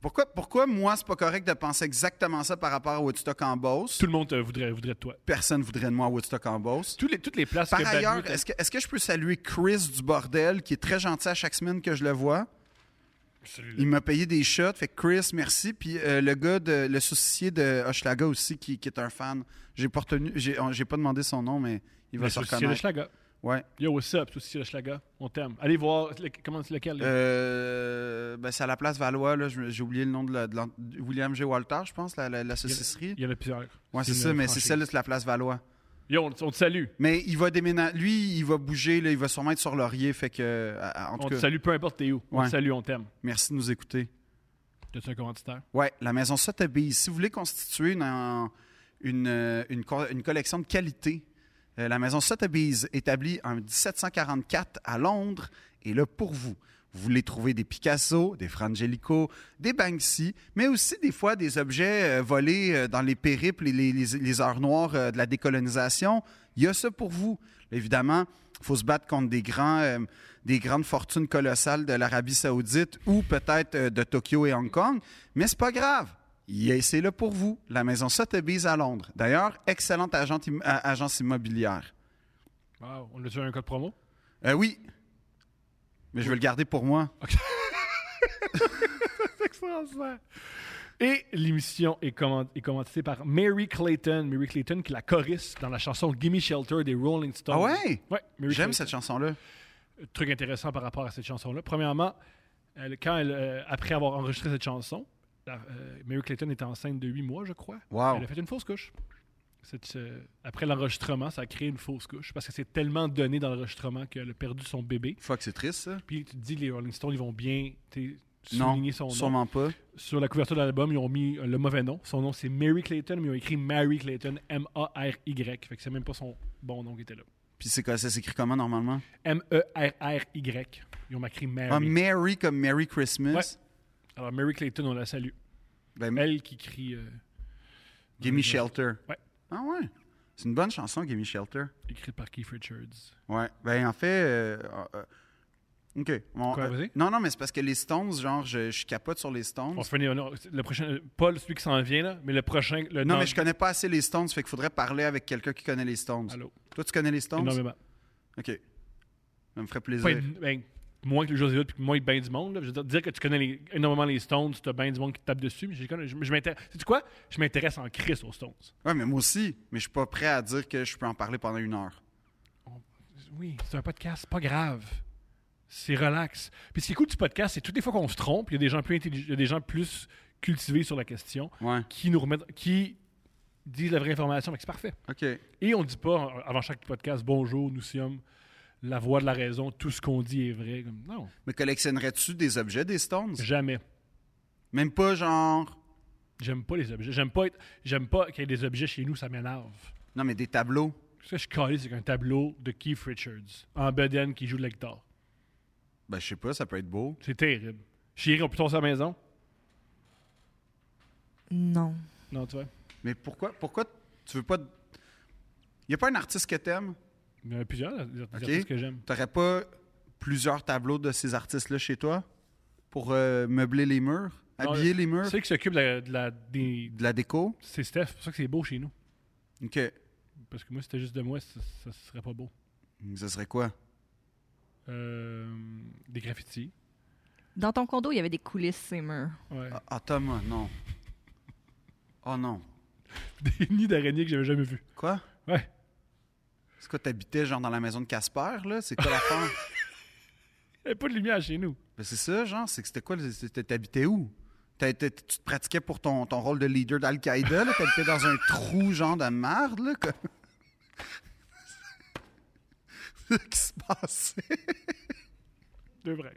Speaker 1: Pourquoi, pourquoi, moi, c'est pas correct de penser exactement ça par rapport à Woodstock en Beauce?
Speaker 2: Tout le monde euh, voudrait, voudrait de toi.
Speaker 1: Personne voudrait de moi à Woodstock en Beauce.
Speaker 2: Toutes les, toutes les places que
Speaker 1: Par
Speaker 2: Bad
Speaker 1: ailleurs,
Speaker 2: News-
Speaker 1: est-ce que, est-ce que je peux saluer Chris du bordel, qui est très gentil à chaque semaine que je le vois?
Speaker 2: Celui-là.
Speaker 1: euh, Il m'a payé des shots. Fait que Chris, merci. Puis euh, le gars, de, le soucier de Hochelaga aussi, qui, qui est un fan. J'ai pas, retenu- j'ai, on- j'ai pas demandé son nom, mais il va
Speaker 2: Le
Speaker 1: se
Speaker 2: Saucier de
Speaker 1: reconnaître.
Speaker 2: Schlaga.
Speaker 1: Ouais.
Speaker 2: Yo, what's up, Saucier de Schlaga. On t'aime. Allez voir, le- comment c'est lequel? là?
Speaker 1: Euh, ben, c'est à la place Valois. Là, Je- j'ai oublié le nom de, la, de l'en- de William G. Walter, je pense, la, la, la saucisserie.
Speaker 2: Il y en a plusieurs.
Speaker 1: Ouais, c'est
Speaker 2: une
Speaker 1: ça, mais c'est
Speaker 2: franchise.
Speaker 1: celle de la place Valois.
Speaker 2: Yo, on, on te salue.
Speaker 1: Mais il va déménager. Lui, il va bouger. là, il va sûrement être sur Laurier. Fait que, euh, en
Speaker 2: On
Speaker 1: tout
Speaker 2: te
Speaker 1: cas,
Speaker 2: salue peu importe t'es où. On
Speaker 1: Ouais.
Speaker 2: te salue, on t'aime.
Speaker 1: merci de nous écouter.
Speaker 2: T'as-tu un commanditaire?
Speaker 1: Ouais, la maison Sotheby's. Si vous voulez constituer une, en- une, euh, une co- une collection de qualité, euh, la maison Sotheby's, établie en 1744 à Londres, est là pour vous. Vous voulez trouver des Picasso, des Frangelico, des Banksy, mais aussi des fois des objets euh, volés euh, dans les périples et les, les- les heures noires euh, de la décolonisation. Il y a ça pour vous. Évidemment, il faut se battre contre des, grands, euh, des grandes fortunes colossales de l'Arabie saoudite ou peut-être euh, de Tokyo et Hong Kong, mais c'est pas grave. Yeah, c'est là pour vous, la maison Sotheby's à Londres. D'ailleurs, excellente agente im- a- agence immobilière.
Speaker 2: Wow. On a-tu un code promo?
Speaker 1: Euh, oui, mais je vais le garder pour moi.
Speaker 2: C'est extraordinaire. Et l'émission est, command- est commentée par Mary Clayton. Mary Clayton qui est la choriste dans la chanson Gimme Shelter des Rolling Stones.
Speaker 1: Ah ouais?
Speaker 2: Ouais,
Speaker 1: J'aime
Speaker 2: Mary Clayton.
Speaker 1: cette chanson-là.
Speaker 2: truc intéressant par rapport à cette chanson-là. Premièrement, elle- quand elle, euh, après avoir enregistré cette chanson, la- euh, Mary Clayton était enceinte de 8 mois, je crois.
Speaker 1: Wow.
Speaker 2: Elle a fait une fausse couche. Cette, euh, après l'enregistrement, ça a créé une fausse couche parce que c'est tellement donné dans l'enregistrement qu'elle a perdu son bébé.
Speaker 1: Fuck, c'est triste, ça.
Speaker 2: Puis tu te dis, les Rolling Stones, ils vont bien tu sais,
Speaker 1: Non,
Speaker 2: souligner son nom.
Speaker 1: sûrement pas.
Speaker 2: Sur la couverture de l'album, ils ont mis euh, le mauvais nom. Son nom, c'est Mary Clayton, mais ils ont écrit Mary Clayton, M-A-R-Y. Fait que c'est même pas son bon nom qui était là. E
Speaker 1: Puis c'est quoi, ça s'écrit comment normalement?
Speaker 2: Eh M-E-R-R-Y. Ils ont écrit Mary.
Speaker 1: Ah, Merry comme Merry Christmas.
Speaker 2: ben, Ouais. Alors, Mary Clayton, on la salue.
Speaker 1: Ben,
Speaker 2: Elle qui crie, euh,
Speaker 1: Gimme Shelter.
Speaker 2: Ouais.
Speaker 1: Ah ouais? C'est une bonne chanson, Gimme Shelter.
Speaker 2: écrite par Keith Richards.
Speaker 1: Ouais. Ben, en fait, euh, euh, OK. Bon,
Speaker 2: Quoi,
Speaker 1: euh,
Speaker 2: vas-y?
Speaker 1: non, non, mais c'est parce que les Stones, genre, je, je capote sur les Stones.
Speaker 2: On se fait une- on- le prochain, pas celui qui s'en vient, là, mais le prochain. Le
Speaker 1: Euh, non,
Speaker 2: non-
Speaker 1: mais je connais pas assez les Stones, fait qu'il faudrait parler avec quelqu'un qui connaît les Stones.
Speaker 2: Allô?
Speaker 1: Toi, tu connais les Stones?
Speaker 2: Énormément.
Speaker 1: OK. Ça me ferait
Speaker 2: Pas
Speaker 1: plaisir.
Speaker 2: une- ben, moins que le José puis moins que ben du monde. là. Je veux dire, dire que tu connais les- énormément les Stones, tu as ben du monde qui te tape dessus, mais je, les connais- je, je m'intéresse. Sais-tu quoi? Je m'intéresse en crise aux Stones.
Speaker 1: Ouais, mais moi aussi. Mais je suis pas prêt à dire que je peux en parler pendant une heure.
Speaker 2: Oui, c'est un podcast, pas grave. C'est relax. Puis ce qui est cool du podcast, c'est toutes les fois qu'on se trompe, il y a des gens plus intelligents, il y a des gens plus cultivés sur la question
Speaker 1: Ouais.
Speaker 2: qui nous remettent, qui disent la vraie information, Fait que c'est parfait.
Speaker 1: OK.
Speaker 2: Et on ne dit pas euh, avant chaque podcast bonjour, nous sommes la voix de la raison, tout ce qu'on dit est vrai. Comme, Non,
Speaker 1: Mais collectionnerais-tu des objets des Stones?
Speaker 2: jamais.
Speaker 1: Même pas genre.
Speaker 2: J'aime pas les objets. J'aime pas être, j'aime pas qu'il y ait des objets chez nous, ça m'énerve.
Speaker 1: Non, mais des tableaux.
Speaker 2: Ce que je suis calé, c'est qu'un tableau de Keith Richards en bedaine qui joue de la guitare.
Speaker 1: Ben, je sais pas, ça peut être beau.
Speaker 2: C'est terrible. Chérie, on peut tourner à la maison?
Speaker 3: Non.
Speaker 2: Non, tu vois?
Speaker 1: Mais pourquoi, pourquoi tu veux pas. Y a pas un artiste que t'aimes?
Speaker 2: Il y en a plusieurs, des des
Speaker 1: Ok.
Speaker 2: artistes que j'aime.
Speaker 1: T'aurais pas plusieurs tableaux de ces artistes-là chez toi pour euh, meubler les murs,
Speaker 2: Non,
Speaker 1: habiller les murs,
Speaker 2: C'est qui s'occupe de la, de la- des-
Speaker 1: de la déco?
Speaker 2: C'est Steph, c'est pour ça que c'est beau chez nous.
Speaker 1: OK.
Speaker 2: Parce que moi, si c'était juste de moi, ça, ça serait pas beau.
Speaker 1: Ça serait quoi?
Speaker 2: Euh, des graffitis.
Speaker 3: Dans ton condo, il y avait des coulisses, ces murs.
Speaker 2: Ouais.
Speaker 1: Ah, ah, Thomas, non. Oh non.
Speaker 2: Des nids d'araignées que j'avais jamais vus.
Speaker 1: Quoi?
Speaker 2: Ouais.
Speaker 1: C'est quoi, t'habitais genre dans la maison de Casper, là? C'est quoi la fin?
Speaker 2: Il n'y avait pas de lumière chez nous.
Speaker 1: Ben, c'est ça, genre, c'est que c'était quoi? le- c'était- T'habitais où? T'as- t'as- tu te pratiquais pour ton, ton rôle de leader d'Al-Qaïda, là? T'habitais dans un trou, genre, de merde, là? comme- c'est ce qui se passait.
Speaker 2: De vrai.